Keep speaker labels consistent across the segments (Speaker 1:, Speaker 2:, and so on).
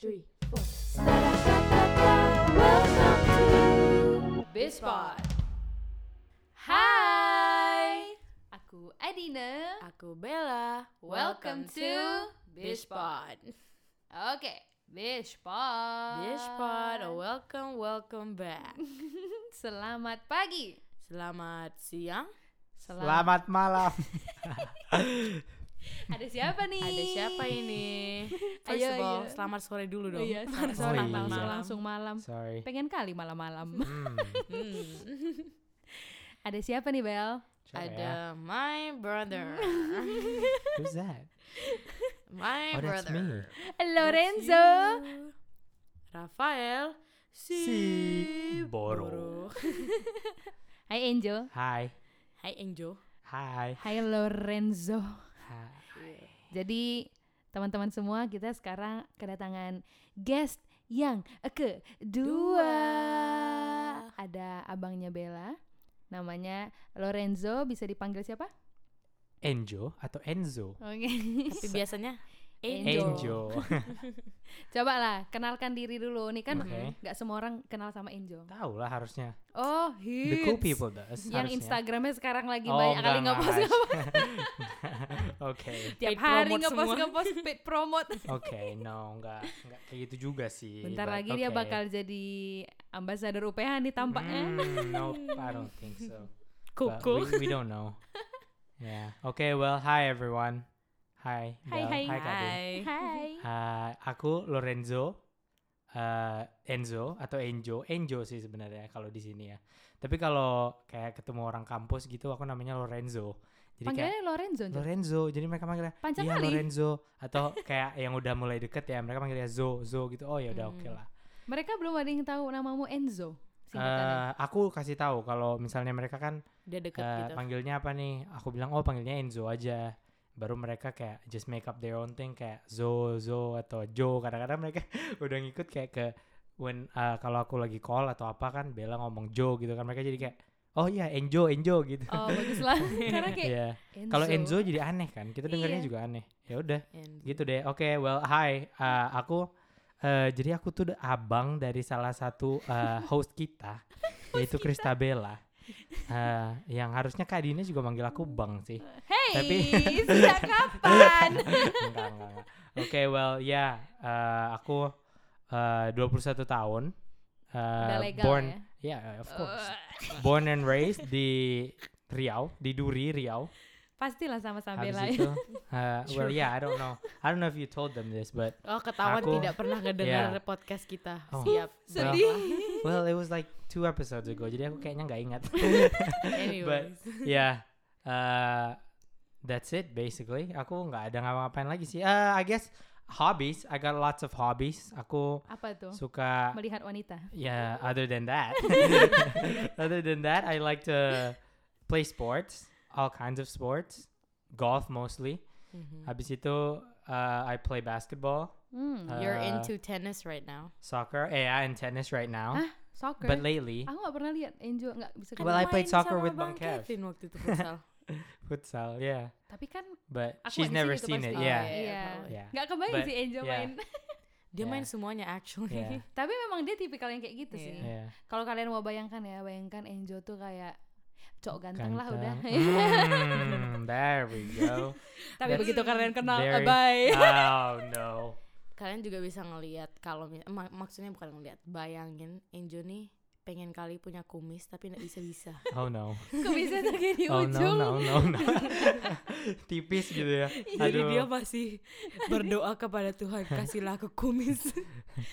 Speaker 1: three, four. Welcome to Bizpod. Hai,
Speaker 2: Aku Adina.
Speaker 1: aku Bella.
Speaker 2: Welcome to Bizpod. Oke, Bishpod.
Speaker 1: Bizpod,
Speaker 2: oh.
Speaker 1: welcome, welcome back.
Speaker 2: Selamat pagi.
Speaker 1: Selamat siang.
Speaker 2: Selamat.
Speaker 3: Selamat malam.
Speaker 2: Ada siapa ya? nih?
Speaker 1: Ada siapa ini? First
Speaker 2: Ayo,
Speaker 1: of all,
Speaker 2: ayo.
Speaker 1: selamat sore dulu
Speaker 2: Oh
Speaker 1: dong.
Speaker 2: iya,
Speaker 1: Selamat
Speaker 2: selamat sore.
Speaker 3: iya.
Speaker 2: Langsung,
Speaker 1: malam.
Speaker 2: langsung malam.
Speaker 3: Sorry.
Speaker 2: Pengen kali malam-malam.
Speaker 3: Hmm,
Speaker 1: Hmm,
Speaker 2: Ada siapa nih, Bel?
Speaker 3: coba ya.
Speaker 1: Ada my brother,
Speaker 3: Who's that?
Speaker 1: my
Speaker 3: Oh, that's
Speaker 1: brother.
Speaker 3: me.
Speaker 2: Lorenzo.
Speaker 1: Rafael si
Speaker 3: Si Boro.
Speaker 2: Hai Enjo.
Speaker 3: Hi.
Speaker 1: Hai Enjo.
Speaker 3: Hi.
Speaker 2: Hai Lorenzo.
Speaker 3: Hi.
Speaker 2: Jadi teman-teman semua kita sekarang kedatangan guest yang kedua Ada abangnya Bella, namanya Lorenzo, bisa dipanggil siapa?
Speaker 3: Enjo atau Enzo?
Speaker 2: Oke.
Speaker 1: Tapi biasanya Enjo.
Speaker 3: Enjo.
Speaker 2: Coba lah kenalkan diri dulu. Nih kan
Speaker 3: Oke.
Speaker 2: nggak semua orang kenal sama Enjo.
Speaker 3: Tahu lah harusnya.
Speaker 2: Oh,
Speaker 3: The cool
Speaker 2: hits.
Speaker 3: people
Speaker 2: Yang
Speaker 3: does. harusnya.
Speaker 2: Instagramnya sekarang lagi
Speaker 3: Oh,
Speaker 2: banyak kali
Speaker 3: enggak,
Speaker 2: ngepost
Speaker 3: enggak.
Speaker 2: ngepost
Speaker 3: Oke.
Speaker 2: tiap
Speaker 1: Paid
Speaker 2: hari
Speaker 1: promote
Speaker 2: ngepost
Speaker 1: semua.
Speaker 2: ngepost paid promote.
Speaker 3: Oke, no, enggak enggak kayak gitu juga sih.
Speaker 2: Bentar
Speaker 3: but
Speaker 2: lagi dia
Speaker 3: okay.
Speaker 2: bakal eh. jadi ambasador UPH nih tampaknya.
Speaker 3: Hmm, nope, I don't think so. But
Speaker 1: Koko.
Speaker 3: We, we don't know. Yeah. Okay, well, hi everyone. Hi.
Speaker 2: Hi,
Speaker 3: Bel.
Speaker 2: hi.
Speaker 3: Hi, Iya, Kak Din.
Speaker 1: Hai.
Speaker 2: Hai.
Speaker 3: Hai, Eh, aku Lorenzo, eh, Enzo atau Enjo, Enjo sih sebenarnya kalau di sini ya. Tapi kalau kayak ketemu orang kampus gitu, aku namanya Lorenzo. Jadi kayak
Speaker 2: Panggilannya Lorenzo. Jo.
Speaker 3: Lorenzo, jadi mereka manggilnya
Speaker 2: Panjang
Speaker 3: iya
Speaker 2: kali.
Speaker 3: Lorenzo atau kayak yang udah mulai deket ya, mereka manggilnya Zo, Zo gitu. Oh ya udah
Speaker 2: Hmm,
Speaker 3: oke lah.
Speaker 2: Mereka belum ada yang tahu namamu Enzo. Singkatannya.
Speaker 3: Eh, aku kasih tahu kalau misalnya mereka kan
Speaker 1: Dia deket
Speaker 3: eh,
Speaker 1: gitu.
Speaker 3: panggilnya apa nih? Aku bilang oh panggilnya Enzo aja. Baru mereka kayak just make up their own thing kayak Zo Zo atau Jo. Kadang-kadang mereka udah ngikut kayak ke when eh, kalau aku lagi call atau apa kan Bella ngomong Jo gitu kan mereka jadi kayak oh iya Enjo Enjo gitu.
Speaker 2: Oh bagus lah. Karena kayak
Speaker 3: Iya.
Speaker 2: Enzo.
Speaker 3: Kalau Enzo jadi aneh kan. Kita dengarnya
Speaker 2: Iya.
Speaker 3: juga aneh. Ya udah
Speaker 1: Enzo.
Speaker 3: gitu deh. Oke, well hi. Eh, aku eh, jadi aku tuh abang dari salah satu eh, host kita yaitu Kristabella. Eh, yang harusnya Kak Dina juga manggil aku Bang sih.
Speaker 2: Hey,
Speaker 3: tapi-
Speaker 2: sejak kapan?
Speaker 3: enggak, enggak, enggak. Oke, well, ya, eh, aku eh, 21 tahun. eh,
Speaker 2: Udah legal
Speaker 3: born,
Speaker 2: ya?
Speaker 3: yeah, of course. born and raised di Riau, di Duri, Riau.
Speaker 2: Pastilah sama-sama
Speaker 3: Habis
Speaker 2: Bella.
Speaker 3: itu, eh, well, yeah, I don't know. I don't know if you told them this, but
Speaker 1: Oh ketahuan
Speaker 3: Aku-
Speaker 1: tidak pernah ngedengar
Speaker 3: Iya.
Speaker 1: podcast kita.
Speaker 3: Oh.
Speaker 1: Siap.
Speaker 2: Sedih.
Speaker 3: well, it was like two episodes ago. Jadi aku kayaknya nggak ingat.
Speaker 1: Anyways.
Speaker 3: yeah. Uh, that's it basically. Aku nggak ada ngapa-ngapain lagi sih. Uh, I guess hobbies. I got lots of hobbies. Aku
Speaker 2: Apa tuh?
Speaker 3: suka
Speaker 2: Melihat wanita.
Speaker 3: yeah, other than that. other than that, I like to play sports, all kinds of sports, golf mostly.
Speaker 1: Mhm.
Speaker 3: Habis itu uh, I play basketball,
Speaker 2: Hmm,
Speaker 3: Uh,
Speaker 1: Mm-hmm. You're into tennis right now.
Speaker 3: soccer, yeah, and tennis right now.
Speaker 2: Hah? soccer.
Speaker 3: But lately,
Speaker 1: Ah.
Speaker 2: Aku gak pernah lihat Enzo nggak bisa.
Speaker 3: Kan Well, I
Speaker 1: Main
Speaker 3: played soccer
Speaker 1: sama
Speaker 3: with Bang Kev.
Speaker 1: Kevin waktu itu futsal.
Speaker 3: futsal, yeah.
Speaker 2: Tapi kan
Speaker 3: But
Speaker 2: aku
Speaker 3: she's
Speaker 2: nggak di
Speaker 3: never
Speaker 2: sini tuh
Speaker 3: seen it,
Speaker 2: pasti.
Speaker 1: Oh,
Speaker 3: yeah.
Speaker 1: iya,
Speaker 2: Iya.
Speaker 1: tahu.
Speaker 3: Yeah.
Speaker 2: Nggak kebayang
Speaker 3: But-
Speaker 2: sih Enzo
Speaker 3: yeah.
Speaker 2: main.
Speaker 1: Dia
Speaker 3: Yeah.
Speaker 1: main semuanya actually.
Speaker 3: Yeah.
Speaker 2: Tapi memang dia tipikal yang kayak gitu
Speaker 1: Iya.
Speaker 2: sih.
Speaker 3: Yeah.
Speaker 2: Kalau kalian mau bayangkan ya, bayangkan Enzo tuh kayak cowok ganteng, lah udah.
Speaker 3: Ganteng. Mm, there we go.
Speaker 2: Tapi
Speaker 3: That's
Speaker 2: begitu kalian kenal,
Speaker 3: very-
Speaker 2: eh, bye.
Speaker 3: Oh no.
Speaker 1: uh, Kalian juga bisa ngelihat kalau mis- mak- maksudnya bukan ngelihat, bayangin Enjo nih pengen kali punya kumis tapi nggak bisa bisa.
Speaker 3: Oh no.
Speaker 2: Kumisnya tuh kayak di
Speaker 3: Oh no
Speaker 2: ujung.
Speaker 3: no no no. Tipis gitu ya.
Speaker 1: Jadi dia
Speaker 3: Aduh.
Speaker 1: masih berdoa kepada Tuhan kasihlah aku kumis.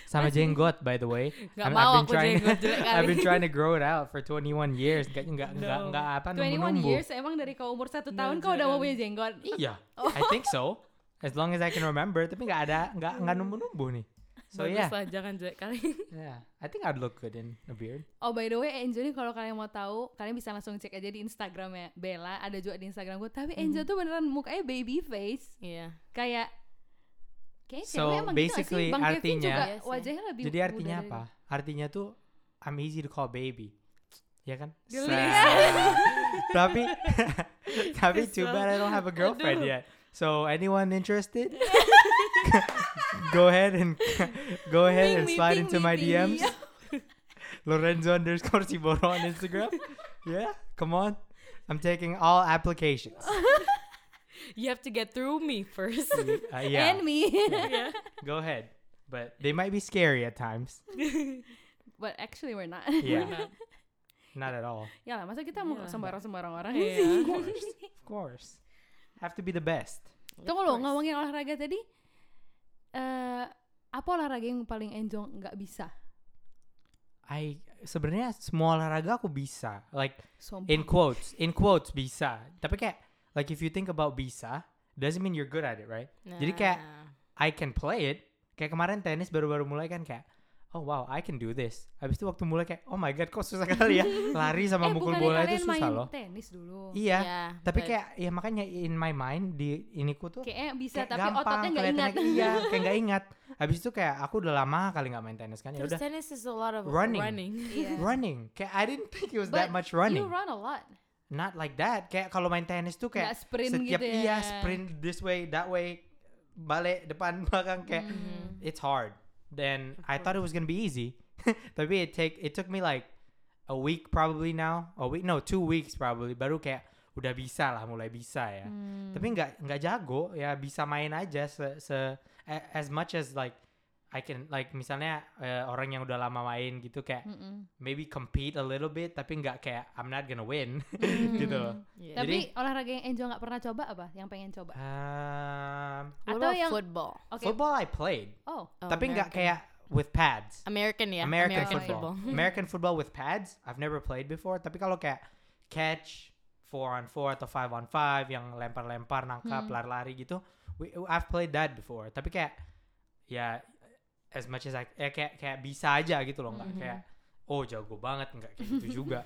Speaker 3: Sama jenggot by the way.
Speaker 1: Gak
Speaker 3: I'm-
Speaker 1: mau
Speaker 3: I've been
Speaker 1: aku
Speaker 3: trying-
Speaker 1: jenggot jelek
Speaker 3: I've been
Speaker 1: kali.
Speaker 3: trying to grow it out for 21 years. Gak nggak nggak
Speaker 1: No.
Speaker 3: nggak apa
Speaker 2: 21
Speaker 3: numbu-numbu.
Speaker 2: years Oh. emang dari kau umur satu
Speaker 1: Bener
Speaker 2: tahun kau udah mau
Speaker 1: juga.
Speaker 2: punya jenggot.
Speaker 3: Iya. I think so. As long as I can remember, tapi nggak ada nggak nggak numbu-numbu nih. So
Speaker 1: Bagus
Speaker 3: yeah.
Speaker 1: lah, jangan jelek kali.
Speaker 3: Yeah. I think I'd look good in a beard.
Speaker 2: Oh by the way Enzo nih kalau kalian mau tahu kalian bisa langsung cek aja di Instagramnya Bella ada juga di Instagram gue tapi
Speaker 3: Mhm.
Speaker 2: Enzo tuh beneran mukanya baby face
Speaker 1: Iya.
Speaker 2: kayak kayak cewek emang
Speaker 3: So,
Speaker 2: gitu nggak
Speaker 3: basically
Speaker 2: sih Bang Kevin
Speaker 3: artinya-
Speaker 2: juga
Speaker 1: Iya sih.
Speaker 2: wajahnya lebih
Speaker 3: Jadi
Speaker 2: muda
Speaker 3: artinya
Speaker 2: dari-
Speaker 3: apa? Artinya tuh I'm easy to call baby. Ya kan?
Speaker 2: Geli.
Speaker 3: Sa- tapi tapi too
Speaker 1: Kesel.
Speaker 3: bad I don't have a girlfriend
Speaker 1: Aduh.
Speaker 3: yet. So anyone interested? go ahead and go ahead
Speaker 2: Ping,
Speaker 3: and
Speaker 2: me,
Speaker 3: slide
Speaker 2: ping,
Speaker 3: into
Speaker 2: me,
Speaker 3: my
Speaker 2: ping,
Speaker 3: DMs.
Speaker 2: me.
Speaker 3: Lorenzo underscore Ciboro on Instagram. yeah, come on. I'm taking all applications.
Speaker 1: You have to get through me first.
Speaker 3: Uh, yeah,
Speaker 2: And me.
Speaker 1: yeah.
Speaker 3: go ahead. But they might be scary at times.
Speaker 2: But actually we're not.
Speaker 3: Yeah, not at all.
Speaker 2: ya lah, masa kita mau
Speaker 1: Iya.
Speaker 2: sembarang-sembarang orang
Speaker 1: Iya.
Speaker 2: ya? sih?
Speaker 3: Of course, of course. Have to be the best.
Speaker 2: Tunggu lo ngomongin olahraga tadi. eh apa olahraga yang paling enjong nggak bisa?
Speaker 3: I sebenarnya semua olahraga aku bisa. Like
Speaker 2: Sombong.
Speaker 3: in quotes, in quotes bisa. Tapi kayak like if you think about bisa, doesn't mean you're good at it, right? Jadi kayak I can play it. Kayak kemarin tenis baru-baru mulai kan kayak oh wow I can do this. Habis itu waktu mulai kayak oh my god kok susah kali ya lari
Speaker 2: eh,
Speaker 3: sama mukul
Speaker 2: bukannya
Speaker 3: bola
Speaker 2: kalian
Speaker 3: itu susah
Speaker 2: main
Speaker 3: loh.
Speaker 2: tenis dulu.
Speaker 3: Iya.
Speaker 1: Iya,
Speaker 3: Tapi
Speaker 1: but-
Speaker 3: kayak ya makanya in my mind di iniku tuh
Speaker 2: Kayaknya bisa
Speaker 3: kayak
Speaker 2: tapi
Speaker 3: gampang,
Speaker 2: ototnya nggak
Speaker 3: kelihatannya
Speaker 2: ingat.
Speaker 3: kayak- Iya, kayak nggak ingat. Habis itu kayak aku udah lama kali nggak main tenis kan ya
Speaker 1: Terus
Speaker 3: udah
Speaker 1: tennis is a lot of
Speaker 3: Running.
Speaker 1: running.
Speaker 2: Iya.
Speaker 3: running. Kayak I didn't think it was that
Speaker 2: But
Speaker 3: much running.
Speaker 2: You run a lot.
Speaker 3: Not like that. Kayak kalau main tenis tuh kayak
Speaker 2: Nggak sprint
Speaker 3: setiap
Speaker 2: gitu ya.
Speaker 3: iya sprint this way that way balik depan belakang kayak
Speaker 2: Hmm.
Speaker 3: it's hard. Then I thought it was gonna be easy. Tapi it take it took me like a week probably now. A week no two weeks probably. Baru kayak udah bisa lah mulai bisa ya.
Speaker 2: Hmm. Mm-hmm.
Speaker 3: Tapi nggak nggak jago ya bisa main aja se, se- a- as much as like I can like misalnya eh, orang yang udah lama main gitu kayak
Speaker 2: Mm-mm.
Speaker 3: maybe compete a little bit tapi nggak kayak I'm not gonna win gitu
Speaker 2: Hmm.
Speaker 3: loh.
Speaker 1: Iya.
Speaker 2: Mm-hmm. Tapi olahraga yang Enjo nggak pernah coba apa? Yang pengen coba?
Speaker 3: Um,
Speaker 1: What
Speaker 2: Atau
Speaker 1: about
Speaker 2: yang-
Speaker 1: football.
Speaker 2: Oke.
Speaker 3: Football I played
Speaker 2: Oh,
Speaker 1: Oh,
Speaker 3: tapi nggak
Speaker 1: American.
Speaker 3: kayak with pads.
Speaker 1: American ya.
Speaker 3: American, football.
Speaker 1: football.
Speaker 3: American football with pads. I've never played before. Tapi kalau kayak catch four on four atau five on five yang lempar-lempar nangkap
Speaker 2: Hmm.
Speaker 3: lari-lari gitu, we, I've played that before. Tapi kayak ya as much as I eh, kayak kayak bisa aja gitu loh nggak
Speaker 1: Mhm.
Speaker 3: kayak oh jago banget nggak kayak gitu juga.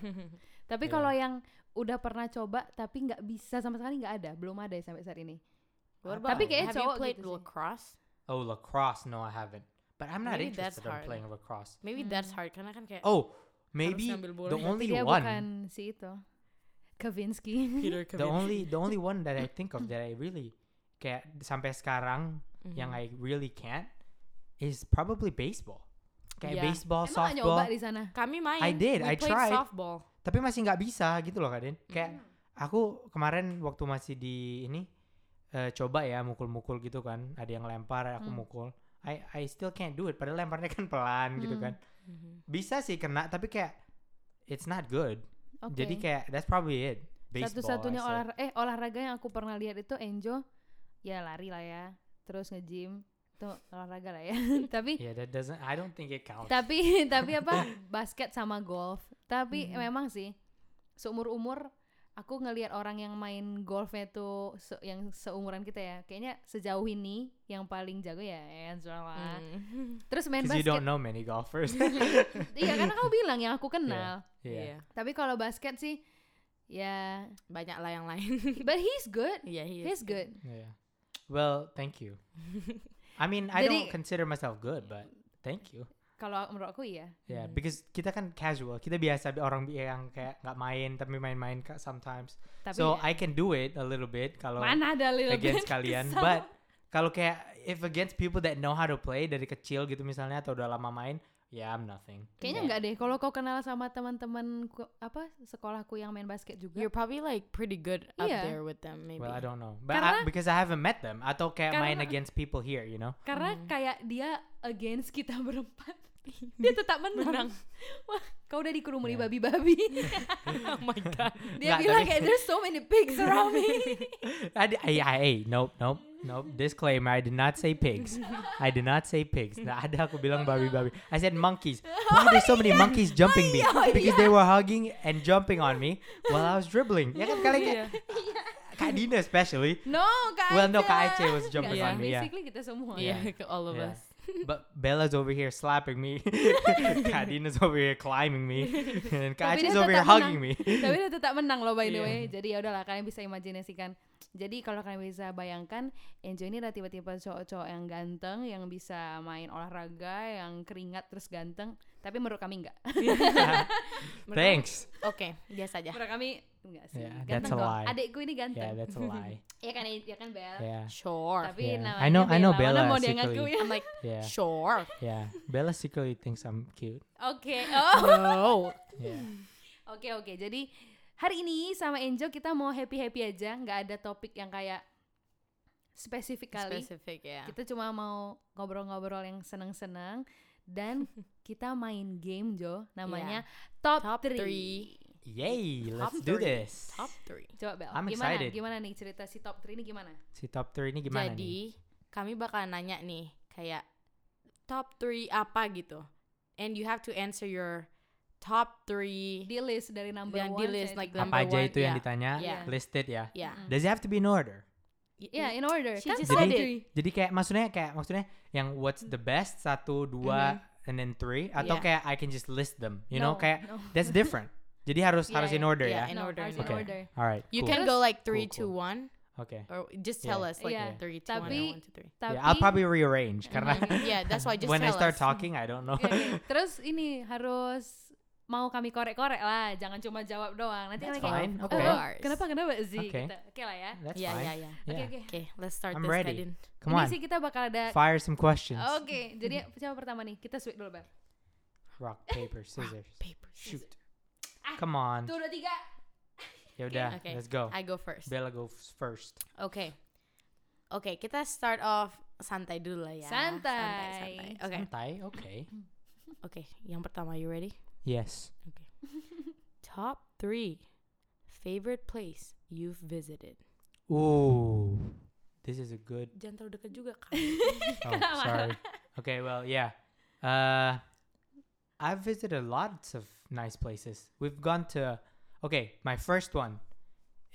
Speaker 2: tapi
Speaker 3: Iya.
Speaker 2: kalau yang udah pernah coba tapi nggak bisa sama sekali nggak ada, belum ada ya sampai saat ini.
Speaker 1: What
Speaker 3: Tapi
Speaker 1: about-
Speaker 2: kayaknya
Speaker 1: have you
Speaker 2: cowok
Speaker 1: played
Speaker 2: gitu sih.
Speaker 1: lacrosse?
Speaker 3: Oh lacrosse, no I haven't. But I'm not
Speaker 1: Maybe that's
Speaker 3: interested in
Speaker 1: hard.
Speaker 3: playing lacrosse.
Speaker 1: Maybe that's
Speaker 2: Mm.
Speaker 1: hard karena kan kayak
Speaker 3: Oh maybe
Speaker 1: ngambil bola.
Speaker 3: the
Speaker 1: Berarti
Speaker 3: only
Speaker 2: Dia
Speaker 3: one.
Speaker 2: ya bukan si itu. Kavinsky.
Speaker 1: Peter
Speaker 3: the only the only one that I think of that I really kayak sampai sekarang
Speaker 2: Mm-hmm.
Speaker 3: yang I really can't is probably baseball. Kayak
Speaker 1: Yeah.
Speaker 3: baseball,
Speaker 2: Emang nggak nyoba
Speaker 3: softball.
Speaker 2: di sana?
Speaker 1: Kami main.
Speaker 3: I did,
Speaker 1: We
Speaker 3: I
Speaker 1: played
Speaker 3: tried.
Speaker 1: softball.
Speaker 3: Tapi masih nggak bisa gitu loh Kadin. Kayak
Speaker 2: Mm-hmm.
Speaker 3: aku kemarin waktu masih di ini eh, coba ya mukul-mukul gitu kan. Ada yang lempar, aku
Speaker 2: Hmm.
Speaker 3: mukul. I I still can't do it. Padahal lemparnya kan pelan gitu
Speaker 2: Hmm.
Speaker 3: kan.
Speaker 1: Mm.
Speaker 3: Bisa sih kena, tapi kayak it's not good.
Speaker 2: Oke.
Speaker 3: Jadi kayak that's probably it. Baseball, I
Speaker 2: Satu-satunya
Speaker 3: said.
Speaker 2: olahraga eh olahraga yang aku pernah lihat itu Enjo ya lari lah ya, terus nge-gym itu olahraga lah ya. tapi
Speaker 3: Yeah, that doesn't. I don't think it counts.
Speaker 2: tapi tapi apa basket sama golf. Tapi
Speaker 3: Hmm.
Speaker 2: memang sih seumur umur aku ngelihat orang yang main golfnya tuh se- yang seumuran kita ya, kayaknya sejauh ini yang paling jago ya Enjo lah.
Speaker 1: Mhm.
Speaker 2: Terus main
Speaker 3: Hmm. Because you don't
Speaker 2: basket.
Speaker 3: know many golfers.
Speaker 2: Iya karena kamu bilang yang aku kenal.
Speaker 1: Iya.
Speaker 3: yeah.
Speaker 2: Tapi kalau basket sih ya
Speaker 1: Banyak lah yang lain.
Speaker 2: but he's good.
Speaker 1: Iya, he is
Speaker 2: He's good.
Speaker 3: Yeah. Well, thank you. I mean, I don't
Speaker 2: Jadi-
Speaker 3: consider myself good, but thank you.
Speaker 2: Kalau menurut aku iya.
Speaker 3: Yeah,
Speaker 1: Hmm.
Speaker 3: because kita kan casual. Kita biasa bi- orang bi- yang kayak nggak main tapi main-main ka- sometimes.
Speaker 2: Tapi ya,
Speaker 3: so I can do it a little bit kalau
Speaker 2: mana ada little
Speaker 3: against
Speaker 2: bit?
Speaker 3: kalian,
Speaker 2: Sama.
Speaker 3: but kalau kayak if against people that know how to play dari kecil gitu misalnya atau udah lama main, yeah, I'm nothing.
Speaker 2: kayaknya
Speaker 3: Yeah.
Speaker 2: enggak deh. Kalau kau kenal sama teman-teman ku- apa sekolahku yang main basket juga.
Speaker 1: You're probably like pretty good up
Speaker 2: Iya.
Speaker 1: there with them maybe.
Speaker 3: Well, I don't know, but I-
Speaker 2: Karena-
Speaker 3: because I haven't met them atau kayak main
Speaker 2: Karena-
Speaker 3: against people here, you know.
Speaker 2: Karena kayak dia against kita berempat. dia tetap menang. Wah, kau udah dikerumuni
Speaker 3: Iya.
Speaker 2: babi-babi.
Speaker 1: oh my god.
Speaker 2: dia
Speaker 3: Nggak,
Speaker 2: bilang
Speaker 3: tapi-
Speaker 2: kayak there's so many pigs around me.
Speaker 3: I, di- I, I, I- nope, nope, nope. Disclaimer, I did not say pigs. I did not say pigs. Nah, ada aku bilang babi-babi. I said monkeys.
Speaker 2: Oh,
Speaker 3: Why are there so many
Speaker 2: iya.
Speaker 3: monkeys jumping me? Because they were hugging and jumping on me while I was dribbling. Ya kan kalian kayak, Kak Dina especially.
Speaker 2: no, Kak
Speaker 3: Well, no,
Speaker 2: Aca.
Speaker 3: Kak Aca was
Speaker 2: Nggak sih,
Speaker 3: jumping
Speaker 1: on
Speaker 3: me, yeah.
Speaker 2: Basically kita semua.
Speaker 1: Yeah,
Speaker 3: Yeah.
Speaker 1: all of
Speaker 3: Yeah.
Speaker 1: us.
Speaker 3: But Bella's over here slapping me. Kak Dina's over here climbing me. And Kak
Speaker 2: Tapi
Speaker 3: Aca's
Speaker 2: dia
Speaker 3: over here
Speaker 2: tetap
Speaker 3: hugging me.
Speaker 2: Tapi dia tetap menang loh by the
Speaker 3: Iya.
Speaker 2: way. Jadi ya udahlah kalian bisa imajinasikan Jadi kalau kalian bisa bayangkan, Enzo ini adalah tipe-tipe cowok-cowok yang ganteng, yang bisa main olahraga, yang keringat terus ganteng. Tapi menurut kami enggak.
Speaker 1: Menurut-
Speaker 3: Thanks.
Speaker 1: Oke, biasa aja.
Speaker 2: menurut kami enggak sih.
Speaker 3: Yeah, that's
Speaker 2: ganteng
Speaker 3: a
Speaker 2: kok.
Speaker 3: lie.
Speaker 2: Adikku ini
Speaker 3: Yeah,
Speaker 2: ganteng.
Speaker 3: that's a lie.
Speaker 2: Iya kan, ya kan Bel.
Speaker 3: Yeah.
Speaker 1: Sure.
Speaker 2: Tapi
Speaker 3: Yeah.
Speaker 2: namanya
Speaker 3: I know- I know
Speaker 2: mana
Speaker 3: Bella
Speaker 2: mau dia ya?
Speaker 3: secretly.
Speaker 2: ngakuin?
Speaker 1: I'm like,
Speaker 3: Yeah.
Speaker 1: sure.
Speaker 3: Yeah. Bella secretly thinks I'm cute.
Speaker 2: Oke. Oh.
Speaker 1: No.
Speaker 3: Yeah.
Speaker 2: Oke oke, jadi hari ini sama Enjo kita mau happy happy aja, nggak ada topik yang kayak spesifik kali.
Speaker 1: Spesifik ya.
Speaker 2: Kita cuma mau ngobrol-ngobrol yang seneng-seneng dan kita main game Jo, namanya Top,
Speaker 1: Iya. Top
Speaker 2: 3.
Speaker 1: three.
Speaker 3: Yay,
Speaker 1: Top
Speaker 3: let's do
Speaker 1: three.
Speaker 3: this.
Speaker 1: Top 3.
Speaker 2: Coba Bel,
Speaker 3: I'm
Speaker 2: gimana?
Speaker 3: excited.
Speaker 2: Gimana nih cerita si Top 3 ini gimana?
Speaker 3: Si top 3 ini gimana nih?
Speaker 1: Jadi, kami bakal nanya nih kayak top 3 apa gitu. And you have to answer your top 3
Speaker 2: Di list dari number
Speaker 1: Yang
Speaker 2: one.
Speaker 1: di list,
Speaker 2: saya-
Speaker 1: like
Speaker 3: Apa
Speaker 1: number
Speaker 3: aja
Speaker 1: one, ya.
Speaker 3: itu yang
Speaker 1: yeah.
Speaker 3: ditanya?
Speaker 1: Yeah.
Speaker 3: Listed ya.
Speaker 1: ya.
Speaker 2: Mm.
Speaker 3: Does it have to be in order?
Speaker 2: Yeah, in order.
Speaker 1: She
Speaker 2: Kan
Speaker 1: just
Speaker 2: top
Speaker 1: said it.
Speaker 2: three.
Speaker 3: Jadi kayak maksudnya kayak maksudnya yang what's the best satu dua
Speaker 1: Mm-hmm.
Speaker 3: and then three atau kayak I can just list them, you know
Speaker 2: No,
Speaker 3: kayak ya,
Speaker 2: no.
Speaker 3: that's different. Jadi harus
Speaker 2: Yeah,
Speaker 3: harus in
Speaker 2: yeah,
Speaker 3: order
Speaker 1: yeah,
Speaker 3: ya.
Speaker 1: in
Speaker 2: No,
Speaker 1: order,
Speaker 2: harus
Speaker 1: in
Speaker 2: in
Speaker 3: Okay.
Speaker 2: order.
Speaker 3: Alright.
Speaker 1: You
Speaker 3: cool.
Speaker 1: can go like 3
Speaker 3: Cool, cool.
Speaker 1: 2 1
Speaker 3: Okay.
Speaker 1: or just tell
Speaker 3: Yeah.
Speaker 1: us like
Speaker 2: Yeah.
Speaker 1: 3 2
Speaker 2: Tapi-
Speaker 1: 1 1 2 3.
Speaker 2: Tapi
Speaker 3: yeah, I'll probably rearrange karena
Speaker 1: Mhm. yeah, that's why just
Speaker 3: when I
Speaker 1: tell
Speaker 3: start
Speaker 1: us.
Speaker 3: talking I don't know.
Speaker 2: Oke, oke. ya, Terus ini harus mau kami korek-korek lah, jangan cuma jawab doang. Nanti kalian
Speaker 1: That's
Speaker 2: kayak,
Speaker 3: fine.
Speaker 1: Of
Speaker 3: Okay.
Speaker 2: "Oh,
Speaker 1: course.
Speaker 2: kenapa kenapa sih?
Speaker 3: Okay.
Speaker 2: Gitu. Oke lah ya.
Speaker 3: That's
Speaker 1: Yeah,
Speaker 3: fine.
Speaker 1: yeah, yeah.
Speaker 2: Oke
Speaker 3: Yeah.
Speaker 2: oke.
Speaker 1: Okay, let's start
Speaker 3: I'm
Speaker 1: this
Speaker 3: ready.
Speaker 1: Kadin.
Speaker 3: Come
Speaker 2: Ini
Speaker 3: on.
Speaker 2: sih kita bakal ada.
Speaker 3: Fire some questions.
Speaker 2: Oke, jadi siapa pertama nih? Kita sweet dulu, Bel.
Speaker 3: Rock paper scissors.
Speaker 1: Paper.
Speaker 3: Shoot.
Speaker 2: Ah,
Speaker 3: Come on.
Speaker 2: Tuh dua tiga.
Speaker 3: Ya udah,
Speaker 1: Okay.
Speaker 3: let's go.
Speaker 1: I go first.
Speaker 3: Bella goes first.
Speaker 1: Oke. Oke, kita start off santai dulu lah ya.
Speaker 2: Santai.
Speaker 1: Santai, santai. Oke.
Speaker 3: Santai, okay.
Speaker 1: Mm-hmm. Oke, yang pertama you ready?
Speaker 3: Yes.
Speaker 1: Top 3 favorite place you've visited.
Speaker 3: Ooh. This is a good
Speaker 1: Jangan terlalu dekat juga kan.
Speaker 3: Oh, sorry. Okay, well, yeah. Uh, I've visited lots of nice places. We've gone to, okay, my first one.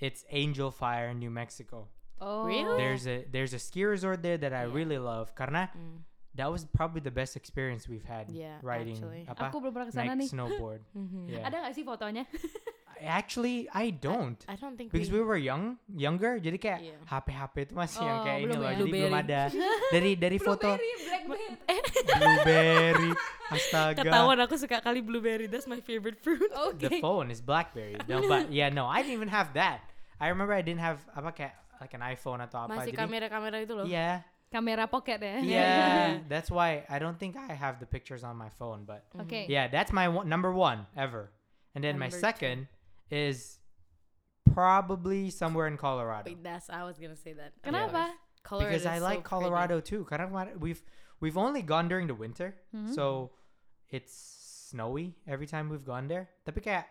Speaker 3: It's Angel Fire in New Mexico.
Speaker 2: Oh.
Speaker 1: Really?
Speaker 3: There's a there's a ski resort there that I
Speaker 1: Yeah.
Speaker 3: really love. Karena
Speaker 1: Mm.
Speaker 3: that was probably the best experience we've had
Speaker 1: Yeah,
Speaker 3: riding
Speaker 1: actually.
Speaker 3: apa,
Speaker 2: Aku belum pernah kesana
Speaker 3: naik
Speaker 2: nih.
Speaker 3: snowboard.
Speaker 1: Mhm.
Speaker 3: yeah.
Speaker 2: Ada nggak sih fotonya?
Speaker 3: I- Actually, I don't.
Speaker 1: I don't think
Speaker 3: because we
Speaker 1: we,
Speaker 3: were young, younger. Jadi kayak
Speaker 1: Yeah.
Speaker 3: HP-HP itu masih yang
Speaker 2: Oh,
Speaker 3: kayak ini
Speaker 2: belum
Speaker 3: loh.
Speaker 2: ya?
Speaker 3: Jadi belum
Speaker 1: Blueberry.
Speaker 3: ada. Dari dari foto
Speaker 2: Blueberry, blackberry.
Speaker 3: blueberry. Astaga.
Speaker 1: ketahuan aku suka kali blueberry. That's my favorite fruit.
Speaker 2: Oke.
Speaker 3: The phone is BlackBerry. No, but yeah, no, I didn't even have that. I remember I didn't have apa kayak like an iPhone atau apa.
Speaker 1: Masih
Speaker 3: Jadi-
Speaker 1: kamera-kamera itu loh.
Speaker 3: Yeah,
Speaker 2: Kamera pocket ya.
Speaker 3: Iya. yeah. that's why I don't think I have the pictures on my phone. But
Speaker 2: Oke.
Speaker 3: yeah, that's my one, number one ever. And then my
Speaker 1: Number two.
Speaker 3: second is probably somewhere in Colorado.
Speaker 1: Wait, that's I was gonna say that.
Speaker 3: Iya,
Speaker 2: Kenapa?
Speaker 1: Colorado
Speaker 3: because I
Speaker 1: is
Speaker 3: like
Speaker 1: so
Speaker 3: Colorado too. Karena kemar- we've we've only gone during the winter,
Speaker 2: Mhm.
Speaker 3: so it's snowy every time we've gone there. Tapi kayak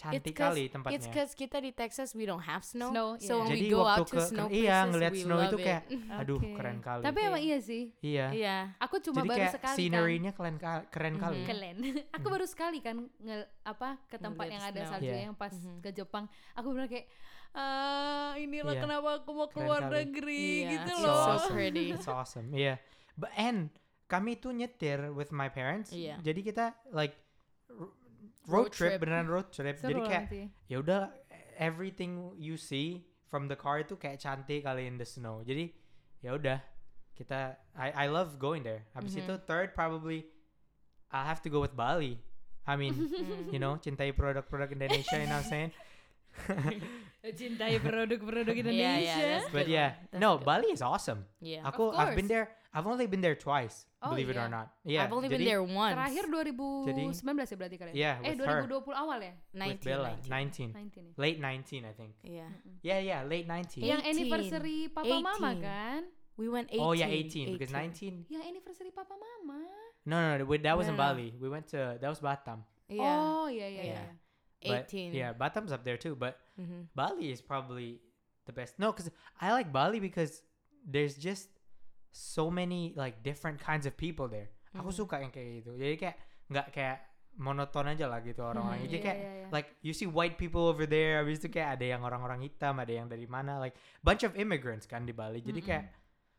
Speaker 1: pretty. It's
Speaker 3: cantik
Speaker 1: 'cause-
Speaker 3: kali
Speaker 1: It's
Speaker 3: tempatnya.
Speaker 1: because kita di Texas we don't have snow.
Speaker 2: Snow, yeah.
Speaker 1: So when
Speaker 3: Jadi
Speaker 1: we go
Speaker 3: waktu
Speaker 1: out to
Speaker 3: ke-
Speaker 1: snow
Speaker 3: ke- iya,
Speaker 1: places,
Speaker 3: ngeliat
Speaker 1: we
Speaker 3: snow itu
Speaker 1: love
Speaker 3: kayak,
Speaker 1: it.
Speaker 3: Aduh,
Speaker 2: Oke.
Speaker 3: keren kali.
Speaker 2: Tapi emang iya sih.
Speaker 3: iya.
Speaker 1: Iya.
Speaker 2: Aku cuma
Speaker 3: Jadi
Speaker 2: baru
Speaker 3: kayak
Speaker 2: sekali kan.
Speaker 3: scenery-nya keren, ka- keren kali.
Speaker 1: Mhm.
Speaker 2: kelen aku baru sekali kan nge apa ke tempat
Speaker 1: Ngeliat
Speaker 2: yang ada
Speaker 1: snow.
Speaker 2: salju
Speaker 3: Yeah.
Speaker 2: yang pas
Speaker 1: Mhm.
Speaker 2: ke Jepang aku bener kayak ah inilah
Speaker 3: Iya.
Speaker 2: kenapa aku mau
Speaker 3: Keren
Speaker 2: keluar
Speaker 3: kali.
Speaker 2: negeri
Speaker 1: Iya,
Speaker 2: gitu
Speaker 1: it's
Speaker 2: loh
Speaker 1: so
Speaker 3: Awesome.
Speaker 1: pretty.
Speaker 3: It's awesome. Yeah. But and kami tuh nyetir with my parents.
Speaker 1: Iya.
Speaker 3: Jadi kita like r-
Speaker 1: Road
Speaker 3: road, trip,
Speaker 1: trip.
Speaker 3: beneran road trip.
Speaker 2: Seru
Speaker 3: Jadi
Speaker 2: loh
Speaker 3: kayak
Speaker 2: nanti.
Speaker 3: ya udah everything you see from the car itu kayak cantik kali in the snow. Jadi ya udah kita I I love going there. Habis
Speaker 1: Mhm.
Speaker 3: itu third probably I'll have to go with Bali. I mean,
Speaker 1: Mm.
Speaker 3: you know, cintai produk-produk Indonesia, you know what I'm saying?
Speaker 2: cintai produk-produk
Speaker 3: Iya,
Speaker 2: Indonesia
Speaker 1: Yeah, yeah, that's a
Speaker 3: But
Speaker 1: good
Speaker 3: yeah,
Speaker 1: one. That's a
Speaker 3: no,
Speaker 1: good
Speaker 3: Bali is awesome.
Speaker 1: Yeah.
Speaker 3: Aku I've been
Speaker 2: course.
Speaker 3: there. I've only been there twice,
Speaker 2: Oh,
Speaker 3: believe it or
Speaker 2: yeah.
Speaker 3: not. Yeah.
Speaker 1: I've only been
Speaker 3: jadi-
Speaker 1: there once.
Speaker 2: terakhir 2019 ya berarti kalian
Speaker 3: Yeah,
Speaker 2: eh
Speaker 3: with her. Iya.
Speaker 2: 2020 awal ya
Speaker 3: With Bella,
Speaker 1: 19.
Speaker 2: 19
Speaker 3: 19.
Speaker 2: nih
Speaker 3: Late 19, I think.
Speaker 1: Yeah.
Speaker 3: Yeah, yeah, late 19.
Speaker 2: yang
Speaker 1: 18,
Speaker 2: anniversary papa mama
Speaker 1: 18.
Speaker 2: kan
Speaker 1: We went 18.
Speaker 3: oh yeah, 18, because 19.
Speaker 2: yang anniversary papa mama
Speaker 3: No, no, no that was
Speaker 1: No,
Speaker 3: in
Speaker 1: no, no.
Speaker 3: Bali. We went to that was Batam.
Speaker 1: Yeah.
Speaker 2: oh iya iya
Speaker 1: Yeah.
Speaker 2: iya
Speaker 3: But,
Speaker 1: 18.
Speaker 3: yeah, Batam's up there too, but
Speaker 1: Mhm.
Speaker 3: Bali is probably the best. No, because I like Bali because there's just so many like different kinds of people there. Aku
Speaker 1: Mhm.
Speaker 3: suka yang kayak gitu. Jadi kayak nggak kayak monoton aja lah gitu orang-orang.
Speaker 1: Mhm.
Speaker 3: Jadi
Speaker 2: Iya,
Speaker 3: kayak
Speaker 2: iya, iya.
Speaker 3: like you see white people over there. Habis itu kayak ada yang orang-orang hitam, ada yang dari mana. Like bunch of immigrants kan di Bali. Jadi kayak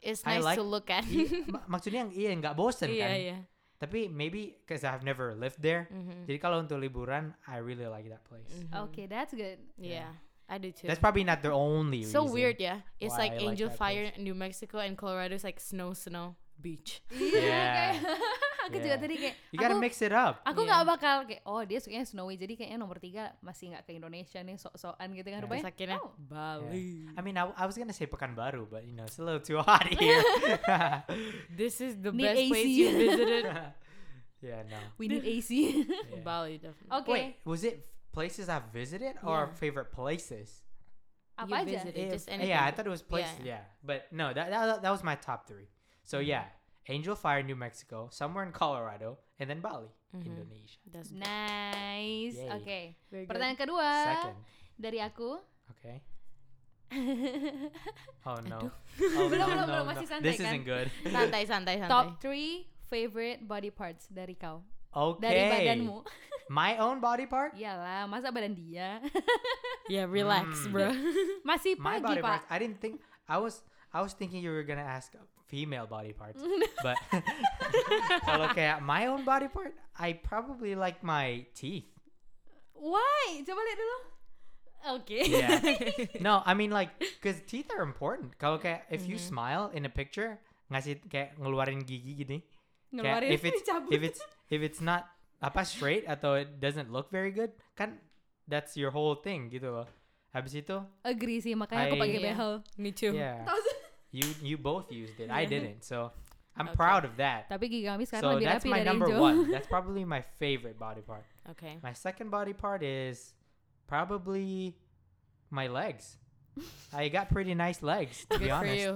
Speaker 1: It's
Speaker 3: I
Speaker 1: nice
Speaker 3: like-
Speaker 1: to look at.
Speaker 3: iya, mak- maksudnya yang iya nggak bosen kan.
Speaker 1: yeah, yeah.
Speaker 3: Tapi maybe because I've never lived there.
Speaker 1: Mhm.
Speaker 3: Jadi kalau untuk liburan, I really like that place.
Speaker 1: Mhm.
Speaker 2: oke that's good
Speaker 1: Yeah.
Speaker 3: Yeah.
Speaker 1: I do too.
Speaker 3: That's probably not the only
Speaker 1: so
Speaker 3: reason.
Speaker 1: weird, yeah. It's
Speaker 3: why
Speaker 1: like
Speaker 3: I like
Speaker 1: Angel
Speaker 3: that
Speaker 1: Fire,
Speaker 3: place.
Speaker 1: New Mexico, and Colorado is like snow, snow, beach.
Speaker 2: Iya, kayak aku juga
Speaker 3: Yeah.
Speaker 2: tadi kayak
Speaker 3: You gotta
Speaker 2: aku
Speaker 3: mix it up.
Speaker 2: aku
Speaker 1: Yeah.
Speaker 2: nggak bakal kayak oh dia sukanya snowy jadi kayaknya nomor tiga masih nggak ke Indonesia nih sok-sokan gitu kan
Speaker 3: Yeah.
Speaker 2: rupanya.
Speaker 1: Terus akhirnya
Speaker 2: oh.
Speaker 1: Bali.
Speaker 3: I mean, I, I was gonna say Pekanbaru, but you know, it's a little too hot here.
Speaker 1: This is the
Speaker 2: Need
Speaker 1: best place
Speaker 2: AC.
Speaker 1: you visited.
Speaker 3: yeah, no.
Speaker 2: We need AC.
Speaker 3: yeah.
Speaker 1: Bali, definitely.
Speaker 2: Oke,
Speaker 3: Wait, was it places I visited or
Speaker 1: Yeah.
Speaker 3: favorite places?
Speaker 1: You
Speaker 2: apa aja?
Speaker 1: visit it, just
Speaker 3: If-
Speaker 1: anything.
Speaker 3: yeah, I thought it was
Speaker 1: Yeah,
Speaker 3: places.
Speaker 1: yeah.
Speaker 3: Yeah, but no, that, that that was my top three. So yeah, Angel Fire, New Mexico, somewhere in Colorado, and then Bali,
Speaker 1: Mhm.
Speaker 3: Indonesia.
Speaker 1: That's good.
Speaker 2: Nice.
Speaker 3: Yay.
Speaker 2: Oke.
Speaker 1: Very good.
Speaker 2: Pertanyaan kedua
Speaker 3: Second,
Speaker 2: dari aku.
Speaker 3: okay. Oh no.
Speaker 1: Aduh.
Speaker 3: Oh,
Speaker 2: Belum,
Speaker 3: no,
Speaker 2: belum,
Speaker 3: no,
Speaker 2: belum,
Speaker 3: no.
Speaker 2: masih santai
Speaker 3: This
Speaker 2: kan?
Speaker 3: isn't good.
Speaker 1: santai, santai, santai.
Speaker 2: Top 3 favorite body parts dari kau.
Speaker 3: Okay.
Speaker 2: Dari badanmu.
Speaker 3: My own body part?
Speaker 2: Iyalah, masa badan dia?
Speaker 1: Yeah, relax,
Speaker 3: Mm.
Speaker 1: bro.
Speaker 2: Masih
Speaker 3: My
Speaker 2: pagi,
Speaker 3: body
Speaker 2: Pak.
Speaker 3: parts. I didn't think I was I was thinking you were gonna ask female body parts. but kalau kayak my own body part, I probably like my teeth.
Speaker 2: Why? Coba lihat dulu. Oke.
Speaker 3: Yeah. No, I mean like cause teeth are important. Kalau kayak if you
Speaker 1: Mhm.
Speaker 3: smile in a picture, ngasih kayak ngeluarin gigi gini. Kayak
Speaker 2: Ngeluarin
Speaker 3: if it's
Speaker 2: dicabut.
Speaker 3: if it's if it's not apa straight atau it doesn't look very good, kan that's your whole thing gitu loh. Habis itu,
Speaker 2: Agree sih, makanya aku
Speaker 3: I-
Speaker 2: pakai
Speaker 1: Iya.
Speaker 2: behel.
Speaker 1: Me too.
Speaker 3: yeah. You you both used it. I
Speaker 1: Yeah.
Speaker 3: didn't. So I'm
Speaker 1: Okay.
Speaker 3: proud of that.
Speaker 2: Tapi gigi kami sekarang
Speaker 3: So
Speaker 2: lebih
Speaker 3: that's
Speaker 2: rapi
Speaker 3: my
Speaker 2: dari
Speaker 3: number
Speaker 2: Injo.
Speaker 3: one. That's probably my favorite body part.
Speaker 1: Okay.
Speaker 3: My second body part is probably my legs. I got pretty nice legs, to
Speaker 1: Good
Speaker 3: be
Speaker 1: for
Speaker 3: honest.
Speaker 1: you.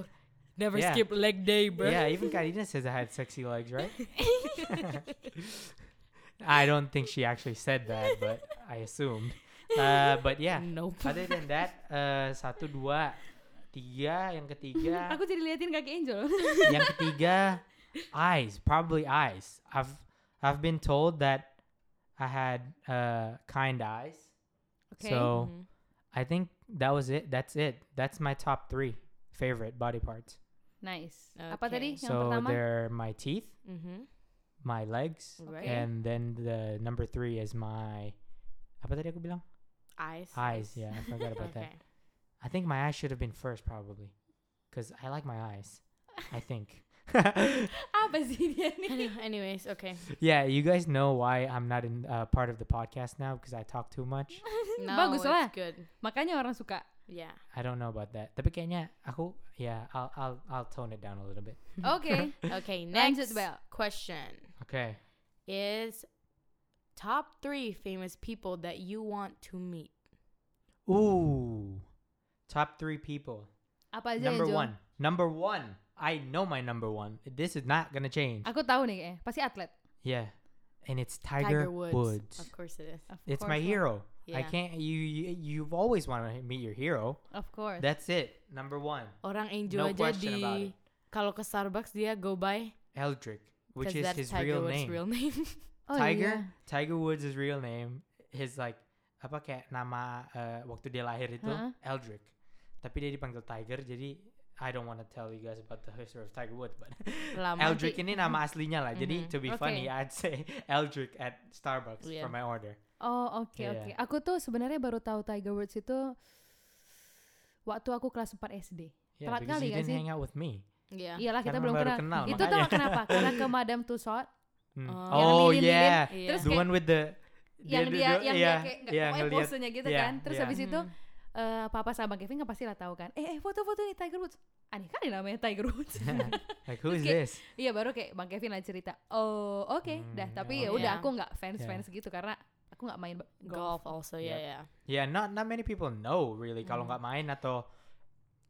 Speaker 1: Never
Speaker 3: Yeah.
Speaker 1: skip leg day, bro.
Speaker 3: Yeah, even Karina says I had sexy legs, right? I don't think she actually said that, but I assumed. Uh, but yeah,
Speaker 1: Nope.
Speaker 3: other than that, uh, satu, dua, tiga, yang ketiga,
Speaker 2: aku jadi liatin kaki Angel.
Speaker 3: yang ketiga, eyes, probably eyes. I've I've been told that I had uh, kind eyes,
Speaker 2: Okay.
Speaker 3: so
Speaker 1: Mhm.
Speaker 3: I think that was it. That's it. That's my top three favorite body parts.
Speaker 2: Nice.
Speaker 1: Okay.
Speaker 2: Apa tadi yang
Speaker 3: so
Speaker 2: pertama?
Speaker 3: they're my teeth,
Speaker 1: Mhm.
Speaker 3: my legs,
Speaker 1: Right.
Speaker 2: Okay.
Speaker 3: And then the number three is my apa tadi aku bilang?
Speaker 1: Eyes.
Speaker 3: Eyes. Yeah, I forgot about
Speaker 1: Okay.
Speaker 3: that. I think my eyes should have been first probably, because I like my eyes. I think.
Speaker 2: Apa sih dia nih?
Speaker 1: Aduh, Anyways, okay.
Speaker 3: yeah, you guys know why I'm not in uh, part of the podcast now because I talk too much.
Speaker 1: No, it's
Speaker 2: Bagus lah.
Speaker 1: good.
Speaker 2: Makanya orang suka.
Speaker 1: Yeah.
Speaker 3: I don't know about that. Tapi kayaknya aku, yeah, I'll I'll I'll tone it down a little bit.
Speaker 2: Oke.
Speaker 1: Okay, next
Speaker 2: Lanjut, Bel.
Speaker 1: question
Speaker 3: Okay.
Speaker 1: is top three famous people that you want to meet.
Speaker 3: Ooh, top three people.
Speaker 2: Apa aja ya,
Speaker 3: Number
Speaker 2: Angel?
Speaker 3: one. Number one. I know my number one. This is not gonna change.
Speaker 2: Aku tahu nih kayaknya. Pasti atlet.
Speaker 3: Yeah, and it's Tiger, Woods.
Speaker 1: Of course it is.
Speaker 2: Of
Speaker 3: It's
Speaker 2: course
Speaker 3: my
Speaker 2: lah.
Speaker 3: hero.
Speaker 1: Yeah.
Speaker 3: I can't. You, you you've always wanted to meet your hero.
Speaker 2: Of course.
Speaker 3: That's it. Number one,
Speaker 1: Orang Angel
Speaker 3: No
Speaker 1: aja
Speaker 3: question about
Speaker 1: di
Speaker 3: it.
Speaker 1: kalau ke Starbucks dia go by
Speaker 3: Eldrick, which
Speaker 1: 'cause
Speaker 3: is
Speaker 1: that's
Speaker 3: his
Speaker 1: Tiger
Speaker 3: real
Speaker 1: Woods'
Speaker 3: name.
Speaker 1: real name.
Speaker 2: Oh,
Speaker 3: Tiger.
Speaker 2: iya.
Speaker 3: Tiger Woods' is real name. His like apa kayak nama uh, waktu dia lahir itu
Speaker 2: Ha-ha.
Speaker 3: Eldrick. Tapi dia dipanggil Tiger. Jadi I don't want to tell you guys about the history of Tiger Woods, but
Speaker 1: Lama
Speaker 3: Eldrick
Speaker 1: di-
Speaker 3: ini nama aslinya lah. Jadi
Speaker 1: Mhm.
Speaker 2: Mm-hmm.
Speaker 3: to be funny, I'd say Eldrick at Starbucks
Speaker 1: Yeah.
Speaker 2: Iya.
Speaker 3: for my order.
Speaker 2: Oh oke
Speaker 3: Iya.
Speaker 2: oke. Aku tuh sebenarnya baru tahu Tiger Woods itu waktu aku kelas 4 SD.
Speaker 3: Yeah,
Speaker 2: Telat
Speaker 3: because
Speaker 2: kali
Speaker 3: you
Speaker 2: nggak
Speaker 3: didn't
Speaker 2: sih?
Speaker 3: hang out with me.
Speaker 1: Yeah.
Speaker 2: Iyalah kita
Speaker 3: Ya, Karena
Speaker 2: belum
Speaker 3: baru
Speaker 2: pernah.
Speaker 3: kenal,
Speaker 2: itu
Speaker 3: makanya.
Speaker 2: tahu kenapa? Karena ke Madame Tussauds.
Speaker 1: Oh.
Speaker 3: Mm.
Speaker 2: Yang
Speaker 3: Oh,
Speaker 2: lilin-lilin.
Speaker 3: yeah.
Speaker 1: Iya.
Speaker 2: Terus
Speaker 3: The
Speaker 2: kayak
Speaker 3: one with the
Speaker 2: yang dia yang dia
Speaker 3: yeah,
Speaker 2: kayak nggak
Speaker 3: yeah,
Speaker 2: pokoknya
Speaker 3: ngeliat.
Speaker 2: posenya gitu
Speaker 3: Iya,
Speaker 2: kan. Terus
Speaker 3: iya.
Speaker 2: habis itu
Speaker 1: Mhm.
Speaker 2: eh, papa sama Bang Kevin nggak pasti lah tahu kan. Eh eh foto-foto nih Tiger Woods. Aneh kali namanya Tiger Woods.
Speaker 3: like who is
Speaker 2: kayak-
Speaker 3: this?
Speaker 2: Iya baru kayak Bang Kevin lah cerita. Oh oke
Speaker 3: Hmm,
Speaker 2: dah. Tapi
Speaker 3: iya.
Speaker 2: ya udah
Speaker 1: Iya.
Speaker 2: aku nggak fans fans gitu karena aku nggak main ba- golf.
Speaker 1: golf also. Yeah, yeah.
Speaker 3: Yeah, not not many people know really kalau
Speaker 1: Mm.
Speaker 3: nggak main atau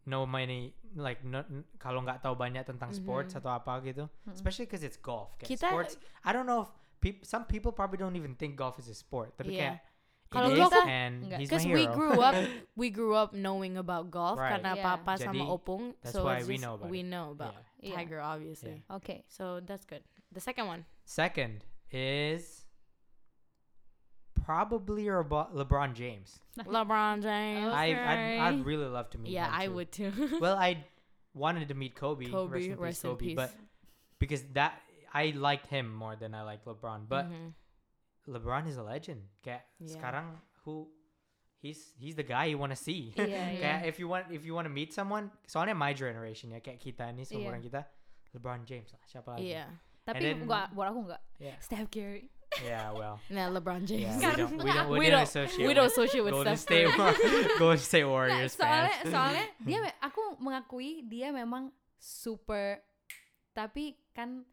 Speaker 3: no many like no, n- kalau nggak tahu banyak tentang sports
Speaker 1: Mhm.
Speaker 3: atau apa gitu.
Speaker 2: Mm-mm.
Speaker 3: Especially because it's golf. Kayak
Speaker 1: Kita-
Speaker 3: sports. I don't know if peop- some people probably don't even think golf is a sport.
Speaker 1: Yeah.
Speaker 3: Tapi kayak it
Speaker 1: Kalau
Speaker 3: is,
Speaker 1: kita-
Speaker 3: and
Speaker 2: Nggak.
Speaker 3: he's my
Speaker 1: Because we
Speaker 3: hero.
Speaker 1: grew up, we grew up knowing about golf
Speaker 3: Right.
Speaker 1: karena
Speaker 2: Yeah.
Speaker 1: papa sama
Speaker 3: Jadi,
Speaker 1: opung.
Speaker 3: that's
Speaker 1: so
Speaker 3: why
Speaker 1: it's
Speaker 3: we
Speaker 1: just-
Speaker 3: know about
Speaker 1: we
Speaker 3: it.
Speaker 1: know about
Speaker 3: Yeah.
Speaker 2: Iya.
Speaker 1: Tiger, obviously.
Speaker 2: Oke.
Speaker 1: So that's good. The second one.
Speaker 3: Second is probably Rebo- LeBron James.
Speaker 1: LeBron James.
Speaker 3: I I'd,
Speaker 2: Okay.
Speaker 3: I'd really love to meet
Speaker 1: yeah,
Speaker 3: him
Speaker 1: I
Speaker 3: too.
Speaker 1: would too.
Speaker 3: well, I wanted to meet Kobe.
Speaker 1: Kobe, rest in peace.
Speaker 3: But because that I liked him more than I liked LeBron. But
Speaker 1: Mhm.
Speaker 3: LeBron is a legend. Kayak
Speaker 1: Yeah.
Speaker 3: sekarang who he's he's the guy you want to see.
Speaker 2: Iya, iya.
Speaker 3: kayak if you want if you want to meet someone, soalnya my generation ya kayak kita nih seumuran kita, LeBron James lah, siapa lagi?
Speaker 1: Iya.
Speaker 2: Tapi
Speaker 3: then-
Speaker 2: gua, buat aku enggak.
Speaker 3: Yeah.
Speaker 2: Steph Curry.
Speaker 3: Yeah, well.
Speaker 1: Nah, LeBron
Speaker 3: Yeah,
Speaker 1: James.
Speaker 3: we don't we don't we don't associate
Speaker 1: we don't
Speaker 3: with
Speaker 1: associate with
Speaker 3: Golden
Speaker 1: Steph
Speaker 3: State
Speaker 1: Curry.
Speaker 3: War- Golden State
Speaker 2: Nggak,
Speaker 3: Warriors
Speaker 2: Nah, soalnya
Speaker 3: fans.
Speaker 2: soalnya dia me- aku mengakui dia memang super tapi kan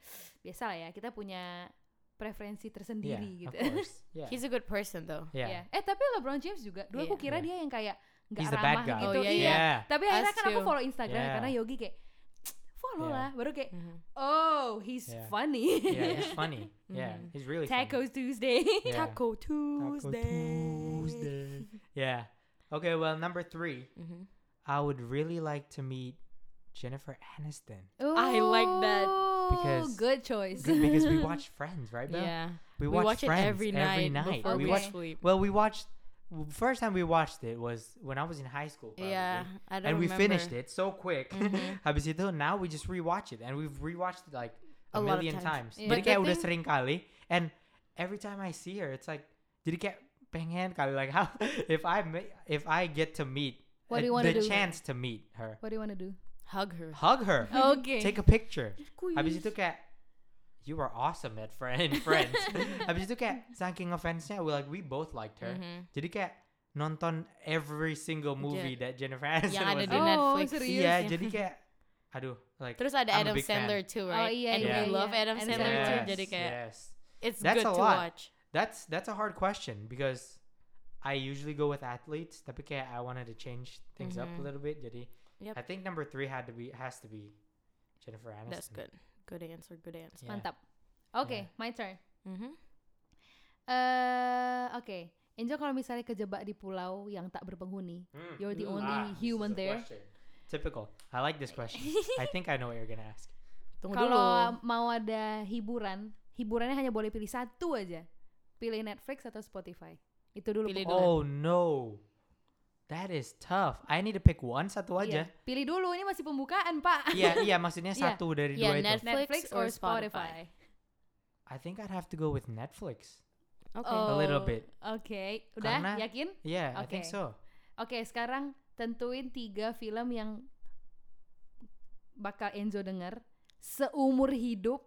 Speaker 2: biasa lah ya kita punya preferensi
Speaker 3: Yeah,
Speaker 2: tersendiri
Speaker 3: Iya, of
Speaker 2: gitu.
Speaker 3: course. Yeah.
Speaker 1: He's a good person though.
Speaker 3: yeah.
Speaker 2: Iya. Eh tapi LeBron James juga. Dulu aku
Speaker 1: Iya.
Speaker 2: kira
Speaker 3: Iya.
Speaker 2: dia yang kayak nggak
Speaker 3: He's the bad
Speaker 2: ramah
Speaker 3: guy.
Speaker 2: gitu.
Speaker 1: Oh, iya,
Speaker 2: iya.
Speaker 3: yeah.
Speaker 2: Tapi akhirnya
Speaker 1: Us
Speaker 2: kan aku
Speaker 1: too.
Speaker 2: follow Instagram
Speaker 3: Yeah.
Speaker 2: karena Yogi kayak "Cek, follow
Speaker 3: Yeah.
Speaker 2: lah. Baru kayak
Speaker 1: Mhm.
Speaker 2: oh he's
Speaker 3: Yeah.
Speaker 2: funny.
Speaker 3: yeah, he's funny. Yeah,
Speaker 1: Mhm.
Speaker 3: he's really funny.
Speaker 2: Tacos Tuesday.
Speaker 3: Yeah.
Speaker 1: Taco
Speaker 3: Taco
Speaker 1: Tuesday.
Speaker 3: Tuesday. yeah. Okay, well, number three,
Speaker 1: Mhm.
Speaker 3: I would really like to meet Jennifer Aniston
Speaker 1: I like that.
Speaker 2: Oh,
Speaker 3: Because-
Speaker 2: good choice.
Speaker 3: Good, because we watch Friends, right, Belle?
Speaker 1: Yeah.
Speaker 3: We
Speaker 1: We
Speaker 3: watch,
Speaker 1: watch it
Speaker 3: Friends
Speaker 1: every night before
Speaker 3: We
Speaker 1: we
Speaker 3: watch.
Speaker 2: watch-
Speaker 1: sleep.
Speaker 3: Well, we watched. w- First time we watched it was when I was in high school. Probably.
Speaker 1: Yeah, I don't
Speaker 3: And we
Speaker 1: remember. Mm-hmm.
Speaker 3: finished it so quick. Habis itu now we just rewatch it and we've rewatched it like a,
Speaker 1: A lot of
Speaker 3: million
Speaker 1: times.
Speaker 3: times.
Speaker 2: Yeah.
Speaker 3: Jadi
Speaker 1: But
Speaker 3: kayak
Speaker 1: the
Speaker 3: udah
Speaker 1: thing-
Speaker 3: sering kali and every time I see her it's like jadi kayak pengen kali like how if I ma- if I get to meet
Speaker 2: What do
Speaker 3: uh,
Speaker 2: you wanna
Speaker 3: the
Speaker 2: do?
Speaker 3: chance to meet her.
Speaker 2: What do you wanna do?
Speaker 1: Hug her.
Speaker 3: Hug her.
Speaker 2: Oke.
Speaker 3: Take a picture.
Speaker 1: Squeeze.
Speaker 3: Habis itu kayak you are awesome at friend friends. Habis itu kayak saking offense-nya we like we both liked her.
Speaker 1: Mhm.
Speaker 3: Jadi kayak nonton every single movie that Jennifer Aniston
Speaker 1: Yang ada di
Speaker 3: was in.
Speaker 2: Oh,
Speaker 1: Netflix.
Speaker 2: serius
Speaker 3: Iya, jadi kayak aduh like
Speaker 1: Terus ada
Speaker 3: I'm a
Speaker 1: Adam
Speaker 3: big fan.
Speaker 1: Sandler too,
Speaker 2: Oh,
Speaker 1: right?
Speaker 2: iya,
Speaker 1: and
Speaker 3: iya,
Speaker 1: we
Speaker 2: iya.
Speaker 1: love Adam
Speaker 2: Adam
Speaker 1: Sandler
Speaker 2: Sandler
Speaker 1: too.
Speaker 2: too.
Speaker 1: Jadi kayak
Speaker 3: yes.
Speaker 1: it's
Speaker 3: That's
Speaker 1: good
Speaker 3: a
Speaker 1: to
Speaker 3: lot.
Speaker 1: watch.
Speaker 3: That's that's a hard question because I usually go with athletes. Tapi kayak I wanted to change things up a
Speaker 1: Mhm.
Speaker 3: little bit. Jadi
Speaker 1: Yep.
Speaker 3: I think number three had to be has to be Jennifer Aniston.
Speaker 1: That's good. Good answer. Good answer.
Speaker 3: Yeah.
Speaker 2: Mantap. Oke,
Speaker 3: Yeah.
Speaker 2: my turn.
Speaker 1: Mhm.
Speaker 2: Eh, oke. Angel kalau misalnya kejebak di pulau yang tak berpenghuni,
Speaker 3: Mm.
Speaker 2: you're the
Speaker 1: Ooh.
Speaker 2: only
Speaker 3: Ah, this is
Speaker 2: human
Speaker 3: a
Speaker 2: there.
Speaker 3: question. Typical. I like this question. I think I know what you're gonna ask.
Speaker 1: Tunggu
Speaker 2: Kalau
Speaker 1: dulu.
Speaker 2: mau ada hiburan, hiburannya hanya boleh pilih satu aja. Pilih Netflix atau Spotify. Itu dulu.
Speaker 1: Pilih
Speaker 2: pokoknya.
Speaker 1: dulu.
Speaker 3: Oh no, that is tough. I need to pick one satu
Speaker 2: Iya.
Speaker 3: aja.
Speaker 2: Pilih dulu, ini masih pembukaan, Pak.
Speaker 3: Iya iya maksudnya
Speaker 2: Iya.
Speaker 3: satu dari
Speaker 1: Iya,
Speaker 3: dua itu.
Speaker 1: Netflix
Speaker 2: Netflix or
Speaker 1: or
Speaker 2: Spotify.
Speaker 3: I think I'd have to go with Netflix.
Speaker 1: Oke.
Speaker 2: Oh,
Speaker 3: A little bit.
Speaker 2: Oke, udah
Speaker 3: Karena-
Speaker 2: yakin?
Speaker 3: Yeah, I
Speaker 2: Okay.
Speaker 3: think so.
Speaker 2: Oke, sekarang tentuin tiga film yang bakal Enzo denger seumur hidup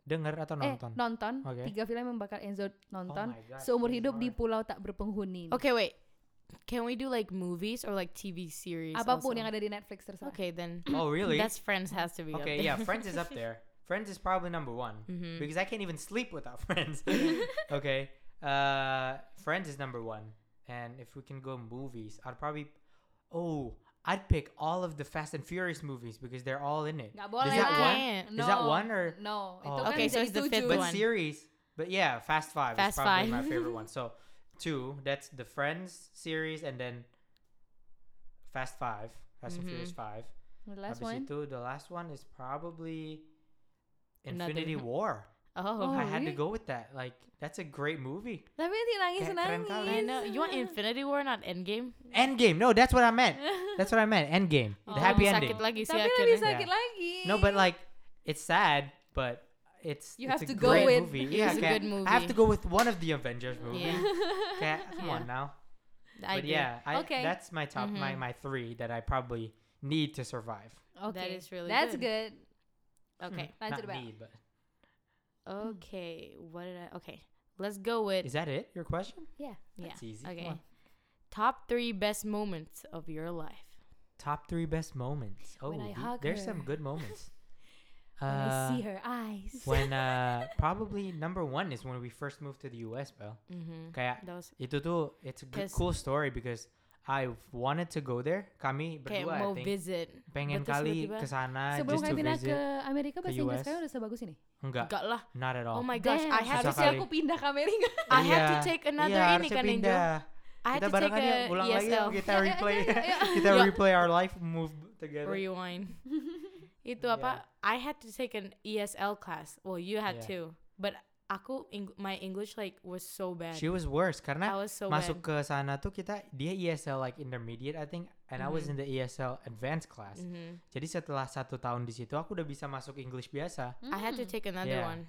Speaker 3: Dengar atau nonton?
Speaker 2: eh nonton
Speaker 3: Oke.
Speaker 2: tiga film yang bakal Enzo
Speaker 1: Oh
Speaker 2: nonton
Speaker 3: my God,
Speaker 2: seumur
Speaker 3: this is
Speaker 2: hidup di
Speaker 3: hard.
Speaker 2: pulau tak berpenghuni nih.
Speaker 1: Okay, wait. Can we do like movies or like TV series?
Speaker 2: apapun
Speaker 1: also?
Speaker 2: yang ada di Netflix terserah
Speaker 1: Okay, then.
Speaker 3: Oh really?
Speaker 1: That's Friends has to be. up
Speaker 3: okay,
Speaker 1: there.
Speaker 3: yeah. Friends is up there. Friends is probably number one
Speaker 1: Mhm.
Speaker 3: because I can't even sleep without Friends. okay, uh, Friends is number one, and if we can go movies, I'd probably, oh, I'd pick all of the Fast and Furious movies because they're all in it.
Speaker 2: nggak boleh
Speaker 3: Is that
Speaker 2: lah.
Speaker 3: one?
Speaker 1: Can't.
Speaker 3: Is that one or-
Speaker 2: no itu
Speaker 3: Oh.
Speaker 2: kan
Speaker 1: Okay, so
Speaker 2: jadi
Speaker 1: it's the fifth
Speaker 2: tujuh.
Speaker 1: one.
Speaker 3: But series, but yeah, Fast Five
Speaker 1: Fast
Speaker 3: is probably
Speaker 1: Five.
Speaker 3: my favorite one. So two, that's the Friends series, and then Fast Five, Fast and Furious
Speaker 1: Mhm.
Speaker 3: Five.
Speaker 2: The last
Speaker 3: Habis
Speaker 2: one
Speaker 3: itu, the last one is probably
Speaker 1: Another-
Speaker 3: Infinity War.
Speaker 1: Oh,
Speaker 3: I had to
Speaker 2: really?
Speaker 3: go with that. Like that's a great movie.
Speaker 2: tapi nanti nangis
Speaker 3: Kayak keren
Speaker 2: nangis
Speaker 3: kali.
Speaker 1: I know. You want Infinity War, not Endgame?
Speaker 3: Endgame. No, that's what I meant. That's what I meant. Endgame. The
Speaker 1: Oh,
Speaker 3: happy
Speaker 1: sakit
Speaker 3: ending.
Speaker 1: lagi sih
Speaker 2: tapi nanti
Speaker 1: akhirnya.
Speaker 2: sakit lagi
Speaker 3: No, but like it's sad, but it's
Speaker 2: You
Speaker 3: it's
Speaker 2: have
Speaker 3: a
Speaker 2: to go
Speaker 3: great
Speaker 2: with-
Speaker 3: movie.
Speaker 1: It's
Speaker 3: Yeah,
Speaker 1: a
Speaker 3: kayak,
Speaker 1: good
Speaker 3: I have
Speaker 1: movie.
Speaker 3: to go with one of the Avengers movies.
Speaker 1: Yeah.
Speaker 3: Kayak, come
Speaker 1: Yeah.
Speaker 3: on now.
Speaker 1: I
Speaker 3: but
Speaker 1: do.
Speaker 3: yeah, I,
Speaker 2: Okay.
Speaker 3: that's my top my
Speaker 1: Mhm.
Speaker 3: my three that I probably need to survive. Hmm,
Speaker 2: Oke.
Speaker 1: That is really
Speaker 2: that's
Speaker 1: good.
Speaker 2: good,
Speaker 1: Okay.
Speaker 3: Not
Speaker 2: Lanjut, Bel.
Speaker 3: need, but
Speaker 1: Okay. What did I? Okay. Let's go with.
Speaker 3: is that it? Your question?
Speaker 2: Yeah.
Speaker 1: yeah.
Speaker 3: That's easy. Come
Speaker 1: Okay.
Speaker 3: on.
Speaker 1: Top three best moments of your life.
Speaker 3: Top three best moments. Oh,
Speaker 2: When I
Speaker 3: the-
Speaker 2: hug
Speaker 3: there's
Speaker 2: her.
Speaker 3: some good moments.
Speaker 2: When I
Speaker 3: Uh,
Speaker 2: see her eyes
Speaker 3: when uh, probably number one is when we first moved to the US, bro.
Speaker 1: Mm-hmm.
Speaker 3: Kayak
Speaker 1: That was
Speaker 3: itu tuh it's a
Speaker 1: Cause-
Speaker 3: good, cool story because I wanted to go there. Kami
Speaker 1: kayak
Speaker 3: berdua, I
Speaker 1: mau
Speaker 3: think,
Speaker 1: visit.
Speaker 3: pengen
Speaker 1: terus
Speaker 3: kali
Speaker 1: tiba-tiba-
Speaker 3: ke sana
Speaker 2: sebelum
Speaker 3: just to
Speaker 2: kami pindah ke
Speaker 3: visit.
Speaker 2: Amerika bahasa Inggris
Speaker 3: US.
Speaker 2: kalian udah sebagus ini
Speaker 3: Enggak,
Speaker 1: Enggak lah.
Speaker 3: not at
Speaker 1: Oh
Speaker 3: all.
Speaker 1: my gosh, I had to
Speaker 2: Damn,
Speaker 3: Susah
Speaker 2: harusnya
Speaker 3: kali.
Speaker 2: aku pindah ke Amerika
Speaker 1: I had to
Speaker 3: Iya.
Speaker 1: take another
Speaker 3: Iya,
Speaker 1: ini
Speaker 3: harusnya
Speaker 1: kan Angel.
Speaker 3: pindah.
Speaker 1: I had to
Speaker 3: kita
Speaker 1: take
Speaker 3: barengan yuk,
Speaker 1: a E
Speaker 3: ulang lagi yuk,
Speaker 1: ESL.
Speaker 2: Ayo,
Speaker 3: kita
Speaker 2: ayo,
Speaker 3: replay
Speaker 2: ayo, ayo.
Speaker 3: kita
Speaker 1: Yuk.
Speaker 3: replay our life move together
Speaker 1: Rewind. Itu
Speaker 3: Yeah.
Speaker 1: apa? I had to take an ESL class. Well, you had
Speaker 3: Yeah.
Speaker 1: to. But aku Eng- my English like was so bad.
Speaker 3: she was worse
Speaker 1: I
Speaker 3: karena
Speaker 1: was so
Speaker 3: masuk
Speaker 1: bad.
Speaker 3: ke sana tuh kita dia ESL like intermediate I think and I was
Speaker 1: Mm-hmm.
Speaker 3: in the ESL advanced class
Speaker 1: Mhm.
Speaker 3: jadi setelah satu tahun di situ aku udah bisa masuk English
Speaker 1: Mm.
Speaker 3: biasa
Speaker 2: Hmm.
Speaker 1: I had to take another
Speaker 3: Yeah.
Speaker 1: one.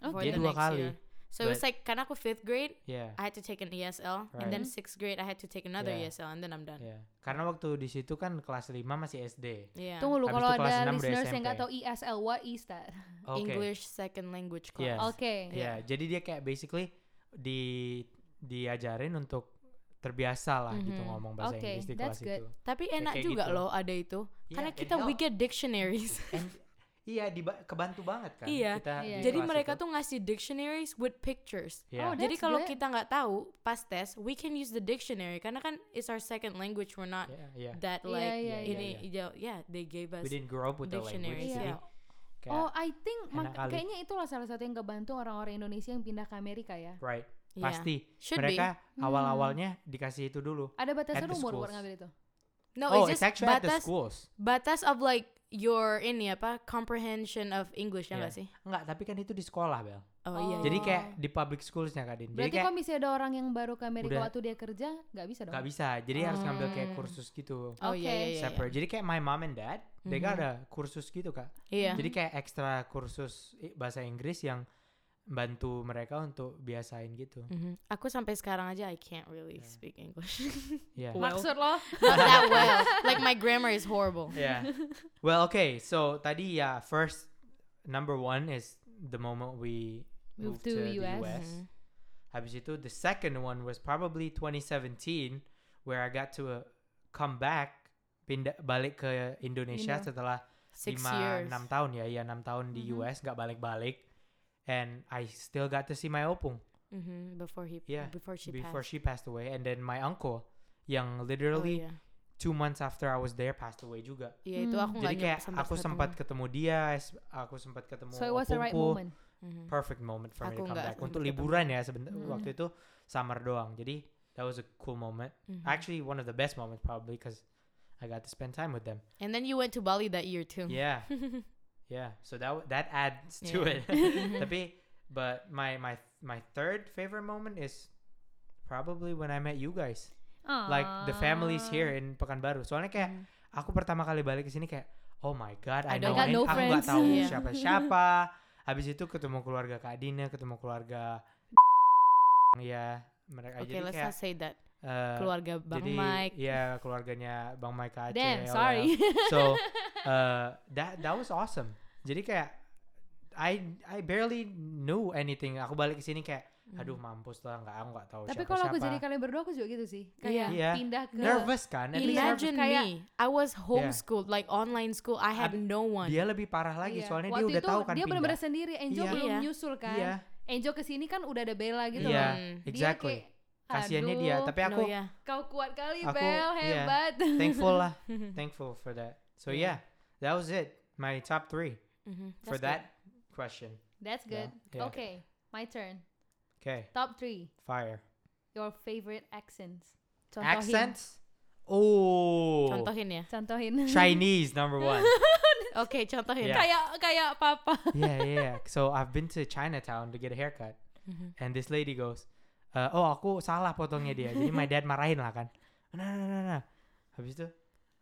Speaker 1: for
Speaker 3: Dia
Speaker 1: the
Speaker 3: dua
Speaker 1: next
Speaker 3: kali.
Speaker 1: year. So it was
Speaker 3: But-
Speaker 1: like karena aku fifth grade,
Speaker 3: yeah
Speaker 1: I had to take an ESL, and
Speaker 3: Right.
Speaker 1: then
Speaker 2: Mhm.
Speaker 1: sixth grade I had to take another
Speaker 3: Yeah.
Speaker 1: ESL, and then I'm done.
Speaker 3: yeah karena waktu di situ kan kelas 5 masih SD
Speaker 1: Yeah.
Speaker 2: Tunggu lu
Speaker 3: Habis
Speaker 2: kalau
Speaker 3: itu kelas
Speaker 2: ada
Speaker 3: enam udah
Speaker 2: listeners yang
Speaker 3: SMP.
Speaker 2: nggak tahu ESL what is that?
Speaker 3: oke
Speaker 1: Uh-huh. English second language
Speaker 3: Yes.
Speaker 1: class.
Speaker 2: Oke.
Speaker 3: Ya, jadi dia kayak basically di diajarin untuk terbiasa lah gitu
Speaker 1: Mhm.
Speaker 3: ngomong bahasa
Speaker 2: Oke,
Speaker 3: Inggris di
Speaker 2: that's
Speaker 3: kelas
Speaker 2: good.
Speaker 3: itu.
Speaker 1: Tapi
Speaker 3: Ya,
Speaker 1: enak
Speaker 3: kayak
Speaker 1: juga
Speaker 3: gitu.
Speaker 1: loh ada itu.
Speaker 3: Iya,
Speaker 1: Karena
Speaker 3: it
Speaker 1: kita we
Speaker 3: help.
Speaker 1: get dictionaries.
Speaker 3: And- iya, diba- kebantu banget kan
Speaker 1: Iya,
Speaker 3: kita.
Speaker 2: iya.
Speaker 3: di
Speaker 1: Jadi
Speaker 3: kelas
Speaker 1: mereka
Speaker 3: itu.
Speaker 1: tuh ngasih dictionaries with pictures.
Speaker 3: Iya.
Speaker 2: Oh,
Speaker 1: Jadi
Speaker 2: That's
Speaker 1: kalau
Speaker 2: good.
Speaker 1: kita nggak tahu pas tes, we can use the dictionary karena kan it's our second language. We're not
Speaker 3: Iya, iya.
Speaker 1: that
Speaker 2: Iya,
Speaker 1: like
Speaker 2: iya,
Speaker 3: iya.
Speaker 1: ini yeah, yeah, they gave us.
Speaker 3: We didn't grow up with the language.
Speaker 1: Dictionary, iya.
Speaker 3: jadi kayak,
Speaker 2: Oh, I think
Speaker 3: enak
Speaker 2: mak-
Speaker 3: kali.
Speaker 2: kayaknya itulah salah satu yang kebantu orang-orang Indonesia yang pindah ke Amerika ya.
Speaker 3: right.
Speaker 1: Iya.
Speaker 3: Pasti.
Speaker 1: Should be. Hmm.
Speaker 3: mereka awal-awalnya dikasih itu dulu.
Speaker 2: Ada batasan
Speaker 3: At the
Speaker 2: umur buat
Speaker 3: schools.
Speaker 2: ngambil itu.
Speaker 1: No,
Speaker 3: oh,
Speaker 1: it's
Speaker 3: it's
Speaker 1: just
Speaker 3: actually at the
Speaker 1: batas
Speaker 3: schools.
Speaker 1: batas of like your ini apa comprehension of English ya nggak
Speaker 3: Iya.
Speaker 1: sih?
Speaker 3: Enggak, tapi kan itu di sekolah, Bel.
Speaker 1: Oh, iya.
Speaker 3: Jadi
Speaker 1: iya.
Speaker 3: kayak di public schools-nya, Kak Din. Jadi
Speaker 2: Berarti
Speaker 3: kayak
Speaker 2: kalau misalnya ada orang yang baru ke Amerika
Speaker 3: Udah.
Speaker 2: waktu dia kerja, nggak bisa dong.
Speaker 3: nggak bisa. Jadi harus ngambil kayak
Speaker 1: Hmm.
Speaker 3: kursus gitu.
Speaker 1: oh iya
Speaker 2: Oke.
Speaker 1: iya, iya.
Speaker 3: Separate. Jadi kayak my mom and dad,
Speaker 1: Mhm.
Speaker 3: mereka ada kursus gitu, Kak.
Speaker 1: Iya.
Speaker 3: Jadi kayak ekstra kursus i- bahasa Inggris yang bantu mereka untuk biasain gitu.
Speaker 1: Mhm. Aku sampai sekarang aja I can't really
Speaker 3: Yeah.
Speaker 1: speak English.
Speaker 3: Ya.
Speaker 1: Well.
Speaker 2: Maksud lo?
Speaker 1: Not that well. Like my grammar is horrible.
Speaker 3: Yeah. Well, okay. So tadi ya first number one is the moment we
Speaker 2: Move
Speaker 3: moved
Speaker 2: to
Speaker 3: to, the
Speaker 2: US.
Speaker 3: US.
Speaker 1: Mhm.
Speaker 3: Habis itu the second one was probably 2017 where I got to uh, come back pindah balik ke Indonesia
Speaker 2: Indo.
Speaker 3: setelah
Speaker 1: Six
Speaker 3: lima
Speaker 1: years. Mm-hmm.
Speaker 3: enam tahun ya, ya enam tahun di
Speaker 2: Mhm.
Speaker 3: US nggak balik-balik. And I still got to see my opung.
Speaker 1: Mhm, Before he
Speaker 3: Yeah,
Speaker 1: before she
Speaker 3: before
Speaker 1: passed.
Speaker 3: she passed away and then my uncle yang
Speaker 1: oh,
Speaker 3: literally
Speaker 1: iya.
Speaker 3: two months after I was there passed away juga
Speaker 1: Iya, itu
Speaker 2: Hmm.
Speaker 1: aku nggak
Speaker 3: jadi kayak
Speaker 1: nyem- sempat
Speaker 3: aku
Speaker 1: ketemu.
Speaker 3: sempat ketemu dia s- aku sempat ketemu
Speaker 2: So it was the right
Speaker 3: opungku.
Speaker 2: moment.
Speaker 1: Mhm.
Speaker 3: perfect moment
Speaker 1: Aku
Speaker 3: for me to come
Speaker 1: nggak
Speaker 3: back
Speaker 1: sempat
Speaker 3: untuk
Speaker 1: ketemu.
Speaker 3: liburan ya sebentar
Speaker 2: Hmm.
Speaker 3: waktu itu summer doang jadi that was a cool moment
Speaker 1: Mhm.
Speaker 3: actually one of the best moments probably because I got to spend time with them
Speaker 1: And then you went to Bali that year too. Mm-hmm.
Speaker 3: yeah yeah so that w- that adds to
Speaker 1: Yeah.
Speaker 3: it tapi but my my my third favorite moment is probably when I met you guys like the
Speaker 1: Ah.
Speaker 2: Ah.
Speaker 3: families here in Pekanbaru. Soalnya kayak
Speaker 1: Mhm.
Speaker 3: aku pertama kali balik ke sini kayak oh my god,
Speaker 1: I
Speaker 3: I,
Speaker 1: don't-
Speaker 3: know
Speaker 1: I got
Speaker 3: any-
Speaker 1: no
Speaker 3: aku nggak
Speaker 2: friends.
Speaker 3: tahu
Speaker 1: Iya.
Speaker 3: siapa-siapa. Habis itu ketemu keluarga Kak Dina, ketemu keluarga ya mereka
Speaker 1: Okay,
Speaker 3: jadi
Speaker 1: let's
Speaker 3: kayak
Speaker 1: not say that.
Speaker 3: eh,
Speaker 1: Keluarga Bang
Speaker 3: jadi,
Speaker 1: Mike.
Speaker 3: ya keluarganya Bang Mike Aceh.
Speaker 2: Damn,
Speaker 3: LOL.
Speaker 2: sorry.
Speaker 3: So uh, that that was awesome. Jadi kayak I I barely knew anything. Aku balik ke sini kayak aduh mampus lah nggak aku nggak tahu
Speaker 2: Hmm. Tapi
Speaker 3: siapa-siapa.
Speaker 2: kalau aku jadi kalian berdua aku juga gitu sih. Kayak
Speaker 3: Iya.
Speaker 2: pindah ke
Speaker 3: nervous kan? At least nervous.
Speaker 1: Imagine
Speaker 2: kayak-
Speaker 1: me. I was homeschooled, like online school. I had
Speaker 3: Ab-
Speaker 1: no one.
Speaker 3: Dia lebih parah lagi
Speaker 2: Iya.
Speaker 3: soalnya
Speaker 2: Waktu
Speaker 3: dia udah
Speaker 2: itu
Speaker 3: tahu kan
Speaker 2: Dia
Speaker 3: pindah.
Speaker 2: benar-benar sendiri, Enjo
Speaker 3: Iya.
Speaker 2: belum
Speaker 1: Iya.
Speaker 2: nyusul kan.
Speaker 3: Iya,
Speaker 2: Enjo kesini kan udah ada Bella gitu
Speaker 3: iya,
Speaker 2: loh. Dia
Speaker 3: exactly.
Speaker 2: kayak,
Speaker 3: Kasiannya dia,
Speaker 2: "Aduh,
Speaker 3: tapi
Speaker 1: Mm. No,
Speaker 3: aku
Speaker 1: yeah.
Speaker 2: kau kuat kali
Speaker 3: Aku-
Speaker 2: Bel,
Speaker 3: iya.
Speaker 2: hebat.
Speaker 3: thankful lah, thankful for that. So yeah,
Speaker 1: Yeah.
Speaker 3: that was it. My top three
Speaker 1: Mhm,
Speaker 3: for
Speaker 1: that's good.
Speaker 3: that question.
Speaker 2: That's
Speaker 3: ya.
Speaker 2: good.
Speaker 3: Yeah, yeah.
Speaker 2: Okay, my turn.
Speaker 3: Okay,
Speaker 2: Top three.
Speaker 3: fire.
Speaker 2: Your favorite accents.
Speaker 3: Accents. Oh,
Speaker 1: Contohin ya.
Speaker 2: Contohin. Oh,
Speaker 3: Chinese number one.
Speaker 1: Oke, contohin.
Speaker 3: Yeah.
Speaker 2: kayak kayak papa.
Speaker 3: yeah, yeah, yeah. So I've been to Chinatown to get a haircut,
Speaker 1: Mhm.
Speaker 2: Hmm.
Speaker 3: and this lady goes, uh, "Oh, aku salah potongnya dia." Jadi my dad marahin lah kan. Nah, nah, nah, nah. Habis itu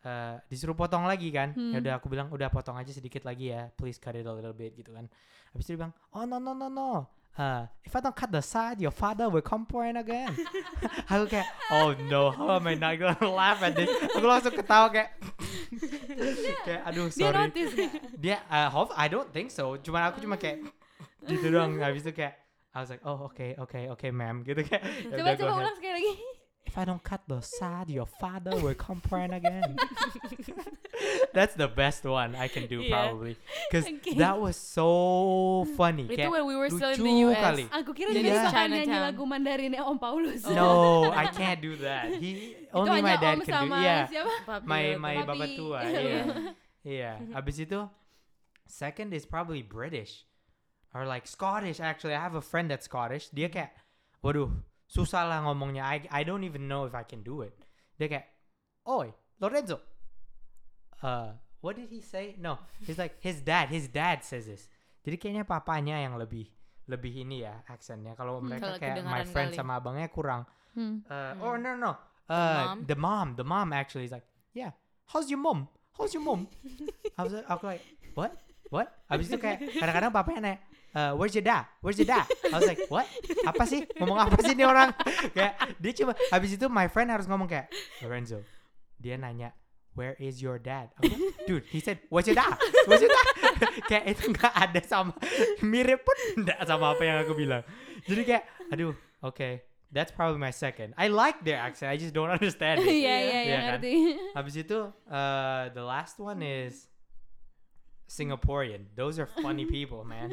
Speaker 3: uh, disuruh potong lagi kan.
Speaker 2: Hmm.
Speaker 3: Ya udah aku bilang udah potong aja sedikit lagi ya. Please cut it a little bit gitu kan. Habis itu dia bilang, "Oh no no no no." Uh, if I don't cut the side, your father will complain again. aku kayak, oh no, how am I not gonna laugh at this? Aku langsung ketawa kayak, kayak aduh
Speaker 2: Dia
Speaker 3: sorry
Speaker 2: notice nggak?
Speaker 3: dia I hope I don't think so cuma aku cuma kayak gitu doang habis itu kayak I was like oh okay okay okay ma'am gitu kayak "Ya
Speaker 2: coba
Speaker 3: udah, go
Speaker 2: coba
Speaker 3: ahead."
Speaker 2: ulang sekali lagi.
Speaker 3: if I don't cut the side your father will complain again Mm-hmm. that's the best one I can do
Speaker 1: Yeah.
Speaker 3: probably because
Speaker 2: Okay.
Speaker 3: that was so funny
Speaker 1: Itu
Speaker 3: kayak
Speaker 1: when we were still in the
Speaker 3: lucu
Speaker 1: US.
Speaker 3: kali
Speaker 2: Aku kira
Speaker 1: Jadi
Speaker 2: dia bakal
Speaker 1: Chinatown.
Speaker 2: nyanyi lagu Mandarinnya Om Paulus.
Speaker 3: no I can't do that he
Speaker 2: Itu
Speaker 3: only my
Speaker 2: hanya
Speaker 3: dad
Speaker 2: Om
Speaker 3: can do
Speaker 2: sama
Speaker 3: yeah
Speaker 2: siapa?
Speaker 1: Papi
Speaker 3: my
Speaker 1: atau-
Speaker 3: my
Speaker 2: Papi.
Speaker 3: baba tua yeah yeah
Speaker 1: Mm-hmm.
Speaker 3: abis itu second is probably British or like Scottish actually I have a friend that's Scottish dia
Speaker 1: Mm-hmm.
Speaker 3: kayak waduh susah lah ngomongnya I I don't even know if I can do it dia kayak oi Lorenzo uh what did he say no he's like his dad his dad says this jadi kayaknya papanya yang lebih lebih ini ya aksennya kalau
Speaker 2: Hmm,
Speaker 1: kalau
Speaker 3: mereka kayak my
Speaker 1: kedengaran
Speaker 3: friend
Speaker 1: kali.
Speaker 3: sama abangnya kurang uh, or no, no, uh,
Speaker 1: mom?
Speaker 3: the mom, the mom actually is like, yeah, how's your mom? How's your mom? I was, like- I was like, what, what? Habis itu kayak kadang-kadang papanya nanya, uh, where's your dad? Where's your dad? I was like, what? Apa sih? Ngomong apa sih ini orang? kayak dia cuma habis itu my friend harus ngomong kayak Lorenzo. Dia nanya, where is your dad? Aku, Dude, he said, where's your dad? Where's your dad? kayak itu nggak ada sama mirip pun nggak sama apa yang aku bilang. Jadi kayak, aduh, oke. That's probably my second. I like their accent. I just don't understand
Speaker 2: Iya
Speaker 3: it.
Speaker 2: iya
Speaker 3: Iya
Speaker 2: iya
Speaker 3: kan?
Speaker 2: ngerti.
Speaker 3: Habis itu, uh, the last one is Singaporean. Those are funny people, man.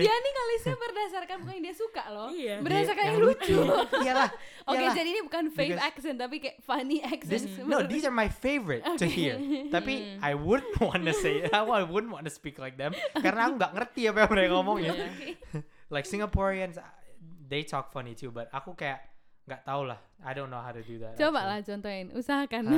Speaker 2: Dia Iya nih ngelisnya berdasarkan bukan yang dia suka loh.
Speaker 1: Iya.
Speaker 3: they-
Speaker 2: Berdasarkan yang,
Speaker 3: yang
Speaker 2: lucu.
Speaker 3: Iyalah.
Speaker 2: Oke,
Speaker 3: iyalah.
Speaker 2: jadi ini bukan fake
Speaker 3: Because-
Speaker 2: accent tapi kayak funny accent.
Speaker 3: This, no, these are my favorite to hear.
Speaker 2: Hmm.
Speaker 3: Tapi I wouldn't want to say, I wouldn't want to speak like them karena aku nggak ngerti apa yang mereka ngomongin.
Speaker 1: Iya.
Speaker 3: Like Singaporeans, uh, they talk funny too, but aku kayak nggak tahu lah. I don't know how to do that.
Speaker 2: Coba
Speaker 3: actually.
Speaker 2: lah contohin, usahakan.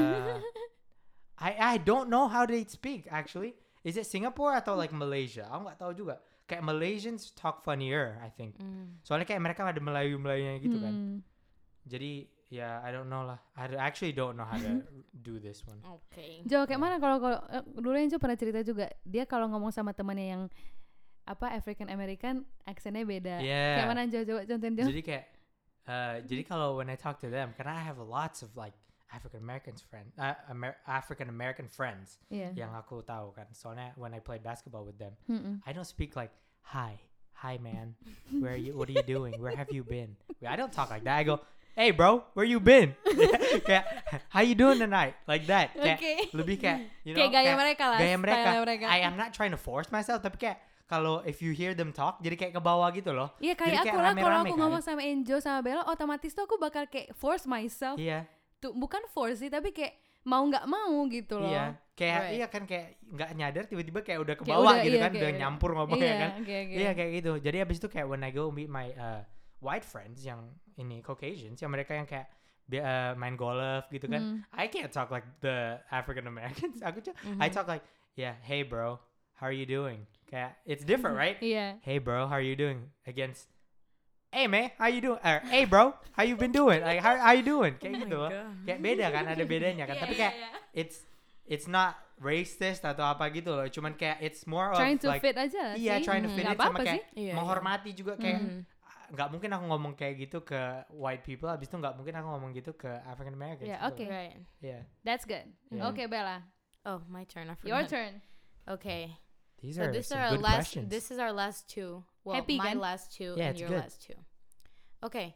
Speaker 3: Uh, I I don't know how they speak actually. Is it Singapore atau like Malaysia? Aku nggak tahu juga. Kayak Malaysians talk funnier, I think.
Speaker 1: Hmm.
Speaker 3: Soalnya kayak mereka ada Melayu Melayunya gitu kan.
Speaker 2: Hmm.
Speaker 3: Jadi ya I don't know lah. I d- actually don't know how to do this one.
Speaker 1: Oke.
Speaker 2: Jo kayak mana kalau kalau eh, dulu Enzo pernah cerita juga dia kalau ngomong sama temannya yang apa African American aksennya beda.
Speaker 3: Yeah.
Speaker 2: Kayak mana Jo coba contohin Jo.
Speaker 3: Iya. Jadi kayak uh, jadi kalau when I talk to them, karena I have lots of like African Americans friend, uh, Amer- African American friends
Speaker 2: Iya.
Speaker 3: yang aku tahu kan. Soalnya when I play basketball with them,
Speaker 2: Mm-mm.
Speaker 3: I don't speak like hi, hi man, where are you? What are you doing? Where have you been? I don't talk like that. I go, hey bro, where you been? kayak, how you doing tonight? Like that. Kayak,
Speaker 2: Oke.
Speaker 3: Lebih kayak, you know,
Speaker 2: Kayak gaya mereka lah,
Speaker 3: Gaya mereka.
Speaker 2: style mereka.
Speaker 3: I am not trying to force myself, tapi kayak kalau if you hear them talk, jadi kayak ke bawah gitu loh.
Speaker 2: Iya
Speaker 3: Jadi
Speaker 2: kayak aku lah kalau
Speaker 3: rame-rame
Speaker 2: aku
Speaker 3: kan.
Speaker 2: ngomong sama Enzo sama Bella otomatis tuh aku bakal kayak force myself
Speaker 3: Iya,
Speaker 2: tuh bukan force sih tapi kayak mau nggak mau gitu loh.
Speaker 3: iya. Kayak
Speaker 1: Right.
Speaker 3: iya kan kayak nggak nyadar tiba-tiba kayak udah ke
Speaker 2: Kayak
Speaker 3: bawah
Speaker 2: udah,
Speaker 3: gitu
Speaker 2: iya,
Speaker 3: kan, udah
Speaker 2: kayak-
Speaker 3: nyampur ngomongnya
Speaker 2: Iya,
Speaker 3: kan.
Speaker 2: oke, oke.
Speaker 3: Iya kayak gitu. Jadi abis itu kayak when I go meet my uh, white friends yang ini Caucasians, yang mereka yang kayak bi- uh, main golf gitu
Speaker 2: Hmm.
Speaker 3: kan. I can't talk like the African Americans. Aku cu-
Speaker 1: Mm-hmm.
Speaker 3: I talk like yeah, hey bro, how are you doing? Kayak it's different, right?
Speaker 2: Iya.
Speaker 3: Hey bro, how are you doing? Against Hey man, how you doing? Or, hey bro, how you been doing? Like how how you
Speaker 2: Oh
Speaker 3: doing? Kayak gitu.
Speaker 1: Oh God.
Speaker 3: Kayak beda kan, ada bedanya kan.
Speaker 2: Iya,
Speaker 3: Tapi
Speaker 2: iya,
Speaker 3: kayak
Speaker 2: iya.
Speaker 3: it's it's not racist atau apa gitu loh. Cuman kayak it's more of
Speaker 2: trying to
Speaker 3: like
Speaker 2: fit aja lah
Speaker 3: Iya,
Speaker 2: sih.
Speaker 3: trying to
Speaker 2: Hmm.
Speaker 3: fit
Speaker 2: Nggak
Speaker 3: it sama
Speaker 2: apa-apa
Speaker 3: kayak
Speaker 2: sih. Hmm.
Speaker 1: Iya,
Speaker 3: menghormati juga kayak
Speaker 1: Mhm.
Speaker 3: ah, nggak mungkin aku ngomong kayak gitu ke white people, abis itu nggak mungkin aku ngomong gitu ke African Americans.
Speaker 2: Iya, oke.
Speaker 3: gitu loh.
Speaker 1: Right.
Speaker 3: Iya.
Speaker 2: That's good.
Speaker 3: Yeah.
Speaker 2: Oke Bella,
Speaker 1: Oh, my turn. I
Speaker 2: your
Speaker 1: forgot.
Speaker 2: turn.
Speaker 1: Okay.
Speaker 3: These
Speaker 1: So
Speaker 3: are
Speaker 1: this
Speaker 3: some
Speaker 1: are our
Speaker 3: good
Speaker 1: last.
Speaker 3: questions.
Speaker 1: This is our last two. Well,
Speaker 2: Happy
Speaker 1: my
Speaker 2: kan?
Speaker 1: last two
Speaker 3: Yeah,
Speaker 1: and
Speaker 3: it's
Speaker 1: your
Speaker 3: good.
Speaker 1: last two. Okay,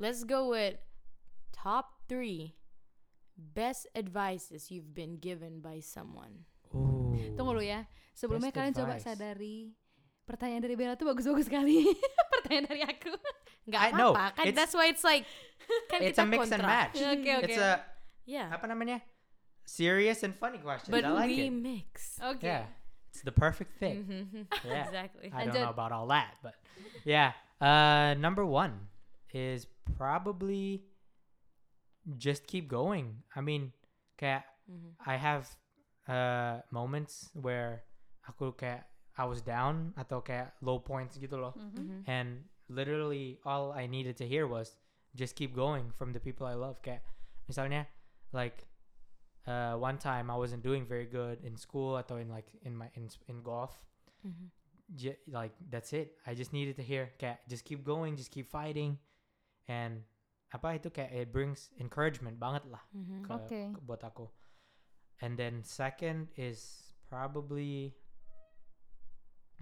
Speaker 1: let's go with top three best advices you've been given by someone.
Speaker 3: Ooh.
Speaker 2: Tunggu dulu ya. Sebelumnya
Speaker 3: Best
Speaker 2: kalian coba
Speaker 3: advice.
Speaker 2: sadari pertanyaan dari Bella tuh bagus-bagus sekali. pertanyaan dari aku.
Speaker 1: Nggak
Speaker 3: I know,
Speaker 1: apa-apa, kan?
Speaker 3: it's-
Speaker 1: That's why it's like kan
Speaker 3: It's
Speaker 1: kita
Speaker 3: a mix and
Speaker 1: kontra.
Speaker 3: match.
Speaker 2: Oke oke.
Speaker 3: It's a
Speaker 1: Mm-hmm. Yeah,
Speaker 3: apa namanya? Serious and funny questions.
Speaker 1: but
Speaker 3: I like
Speaker 1: we
Speaker 3: it.
Speaker 1: mix.
Speaker 2: Oke.
Speaker 3: Yeah. It's the perfect
Speaker 2: Hmm.
Speaker 3: thing.
Speaker 1: Mhm.
Speaker 3: Yeah.
Speaker 1: Exactly.
Speaker 3: I don't
Speaker 2: Lanjut.
Speaker 3: know about all that, but yeah. Uh, number one is probably just keep going. I mean, kayak
Speaker 1: Mhm.
Speaker 3: I have uh, moments where aku kayak I was down atau kayak low points gitu loh.
Speaker 2: Mhm.
Speaker 1: Mm-hmm.
Speaker 3: And literally all I needed to hear was just keep going from the people I love. Kayak misalnya like uh, one time I wasn't doing very good in school atau in like in my in in golf.
Speaker 1: Mhm.
Speaker 3: J- like that's it. I just needed to hear kayak just keep going, just keep fighting, and apa itu kayak it brings encouragement banget lah
Speaker 1: Mhm.
Speaker 3: ke,
Speaker 2: Okay.
Speaker 3: ke- buat aku. And then second is probably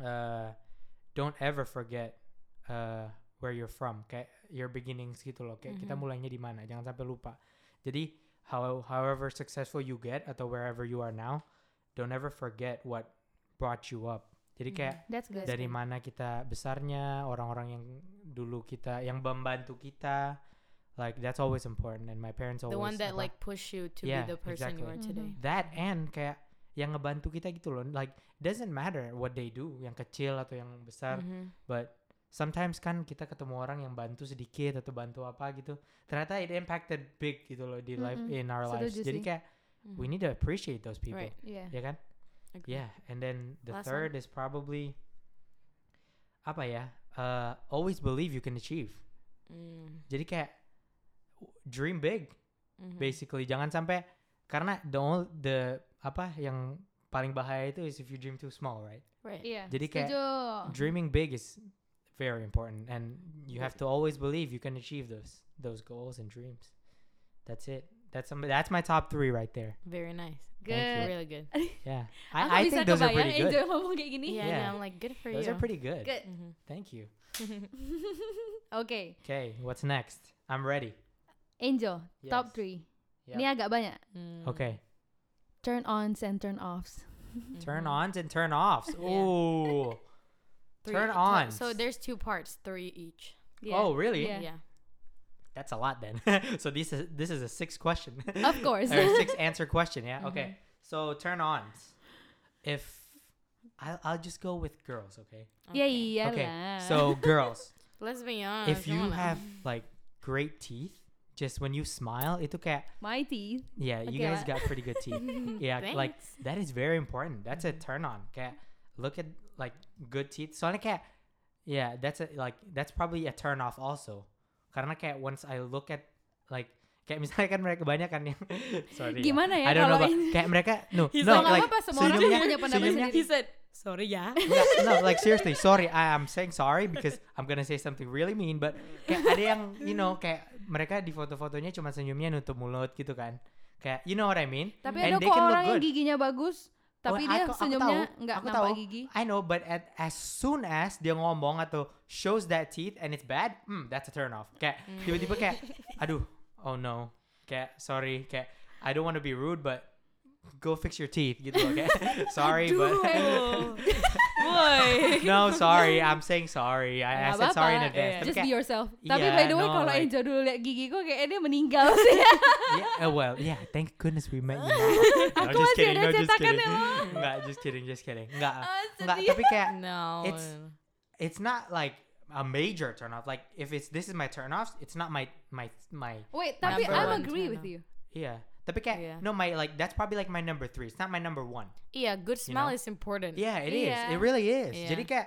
Speaker 3: uh, don't ever forget uh, where you're from, kayak your beginnings gitu loh. Kayak kita
Speaker 1: Mhm.
Speaker 3: mulainya di mana, jangan sampai lupa. Jadi how, however successful you get atau wherever you are now, don't ever forget what brought you up. Jadi
Speaker 1: Mhm.
Speaker 3: kayak
Speaker 2: That's good.
Speaker 3: dari mana kita besarnya, orang-orang yang dulu kita yang membantu kita, like that's always important. And my parents always
Speaker 1: The one that
Speaker 3: apa-
Speaker 1: like push you to
Speaker 3: Yeah,
Speaker 1: be the person you
Speaker 3: exactly.
Speaker 1: are today.
Speaker 3: that and kayak yang ngebantu kita gitu loh like doesn't matter what they do yang kecil atau yang besar
Speaker 1: Mhm.
Speaker 3: but sometimes kan kita ketemu orang yang bantu sedikit atau bantu apa gitu ternyata it impacted big gitu loh di life
Speaker 2: Mm-mm.
Speaker 3: in our lives
Speaker 2: Setuju
Speaker 3: jadi
Speaker 2: sih.
Speaker 3: kayak we need to appreciate those people
Speaker 1: Mm-hmm. Right.
Speaker 2: Iya.
Speaker 3: ya kan
Speaker 1: Agree.
Speaker 3: yeah and then the
Speaker 1: Last
Speaker 3: third is probably apa ya uh, always believe you can achieve
Speaker 1: Mm.
Speaker 3: jadi kayak w- dream big
Speaker 1: Mhm.
Speaker 3: basically jangan sampai karena the only- the apa yang paling bahaya itu is if you dream too small, right?
Speaker 1: Right.
Speaker 2: Iya.
Speaker 3: Jadi kayak
Speaker 2: setuju.
Speaker 3: Dreaming big is very important, and you have to always believe you can achieve those those goals and dreams. That's it. That's some, that's my top three right there.
Speaker 1: Very nice.
Speaker 2: Good.
Speaker 1: Really good.
Speaker 3: Yeah,
Speaker 2: Aku
Speaker 3: I, I
Speaker 2: bisa
Speaker 3: think those are
Speaker 2: kebayang
Speaker 3: pretty good.
Speaker 2: Angel ngomong kayak gini.
Speaker 1: Yeah,
Speaker 3: Yeah.
Speaker 1: yeah. I'm like, good for
Speaker 3: Those
Speaker 1: you.
Speaker 3: are pretty good.
Speaker 2: Good.
Speaker 1: Mhm.
Speaker 3: Thank you.
Speaker 2: Oke,
Speaker 3: Okay, what's next? I'm ready.
Speaker 2: Angel, top
Speaker 3: Yes.
Speaker 2: 3.
Speaker 3: Yep.
Speaker 2: Ini agak banyak.
Speaker 1: Mm.
Speaker 3: Okay,
Speaker 2: Turn ons and turn offs.
Speaker 3: turn
Speaker 1: Mhm.
Speaker 3: ons and turn offs.
Speaker 1: Yeah.
Speaker 3: Ooh,
Speaker 1: Three-
Speaker 3: turn
Speaker 1: so-
Speaker 3: ons.
Speaker 1: So there's two parts, three each.
Speaker 3: Oh, really?
Speaker 2: Yeah.
Speaker 1: Yeah.
Speaker 3: that's a lot then. so this is this is a six question.
Speaker 2: Of course.
Speaker 3: or six answer question. Yeah. Okay.
Speaker 1: Mm-hmm.
Speaker 3: So turn ons. If I'll, I'll just go with girls. Okay.
Speaker 2: Ya
Speaker 1: Okay.
Speaker 2: iyalah.
Speaker 3: Okay. So girls,
Speaker 1: Let's be honest.
Speaker 3: if you
Speaker 1: Uh, come on.
Speaker 3: have like great teeth, just when you smile, itu kayak
Speaker 2: my teeth.
Speaker 3: yeah, you
Speaker 2: Okay,
Speaker 3: guys
Speaker 2: what?
Speaker 3: got pretty good teeth. yeah, like
Speaker 1: Thanks.
Speaker 3: that is very important. That's
Speaker 2: Mm-hmm.
Speaker 3: a turn on. Kayak look at like good teeth. So kayak yeah, that's a like that's probably a turn off also. Karena kayak once I look at like kayak misalnya kan mereka banyak kan yang sorry. ya.
Speaker 2: Gimana ya
Speaker 3: I don't know
Speaker 2: kalau
Speaker 3: but
Speaker 2: ini?
Speaker 3: kayak mereka no
Speaker 1: He's like,
Speaker 3: no
Speaker 1: "Nggak
Speaker 3: like
Speaker 2: apa-apa, semua orang
Speaker 3: senyumnya-
Speaker 2: punya pendapat
Speaker 3: senyumnya-
Speaker 1: He
Speaker 2: sendiri.
Speaker 1: said, sorry, yeah.
Speaker 3: Nggak, no, like seriously, sorry, I am saying sorry because I'm gonna say something really mean, but kayak ada yang, you know, kayak mereka di foto-fotonya cuma senyumnya nutup mulut gitu kan, kayak you know what I mean?
Speaker 2: Tapi ada
Speaker 3: And they
Speaker 2: kok
Speaker 3: can look
Speaker 2: orang yang
Speaker 3: good.
Speaker 2: giginya bagus, tapi dia
Speaker 3: aku- aku
Speaker 2: senyumnya
Speaker 3: tahu,
Speaker 2: nggak
Speaker 3: aku
Speaker 2: nampak
Speaker 3: tahu.
Speaker 2: gigi.
Speaker 3: I know, but at, as soon as dia ngomong atau shows that teeth and it's bad, hmm, that's a turn off. Kayak
Speaker 2: Mm.
Speaker 3: tiba-tiba kayak, aduh, oh no, kayak sorry, kayak I don't want to be rude, but go fix your teeth gitu loh kayak sorry but
Speaker 1: Boy.
Speaker 3: no sorry I'm saying sorry I, I
Speaker 2: Nggak
Speaker 3: said sorry in
Speaker 2: apa-apa,
Speaker 3: advance Tapi
Speaker 2: Just
Speaker 3: kayak,
Speaker 2: be yourself. Tapi
Speaker 3: Iya,
Speaker 2: by the way
Speaker 3: no,
Speaker 2: kalau
Speaker 3: like-
Speaker 2: Angel dulu lihat gigiku kayaknya dia meninggal sih.
Speaker 3: yeah, uh, well, yeah. Thank goodness we met you. now. no,
Speaker 2: Aku
Speaker 3: just
Speaker 2: masih
Speaker 3: kidding.
Speaker 2: ada
Speaker 3: No, just
Speaker 2: cetakan
Speaker 3: kidding.
Speaker 2: ya,
Speaker 3: Nggak, just kidding, just kidding. Nggak,
Speaker 2: Ah,
Speaker 3: nggak.
Speaker 2: sedih.
Speaker 3: Tapi kayak
Speaker 1: no.
Speaker 3: It's- it's not like a major turn off. Like if it's this is my turn offs, it's not my my my
Speaker 2: Wait, tapi
Speaker 3: Number
Speaker 2: I'm
Speaker 3: one.
Speaker 1: No,
Speaker 2: agree with
Speaker 1: no.
Speaker 2: you.
Speaker 3: yeah. Tapi kayak
Speaker 1: Yeah.
Speaker 3: no my like that's probably like my number three. It's not my number one.
Speaker 1: yeah, good smell
Speaker 3: know?
Speaker 1: is important.
Speaker 3: Yeah, it is.
Speaker 2: Yeah.
Speaker 3: It really is.
Speaker 1: Yeah. Mm-hmm.
Speaker 3: Jadi kayak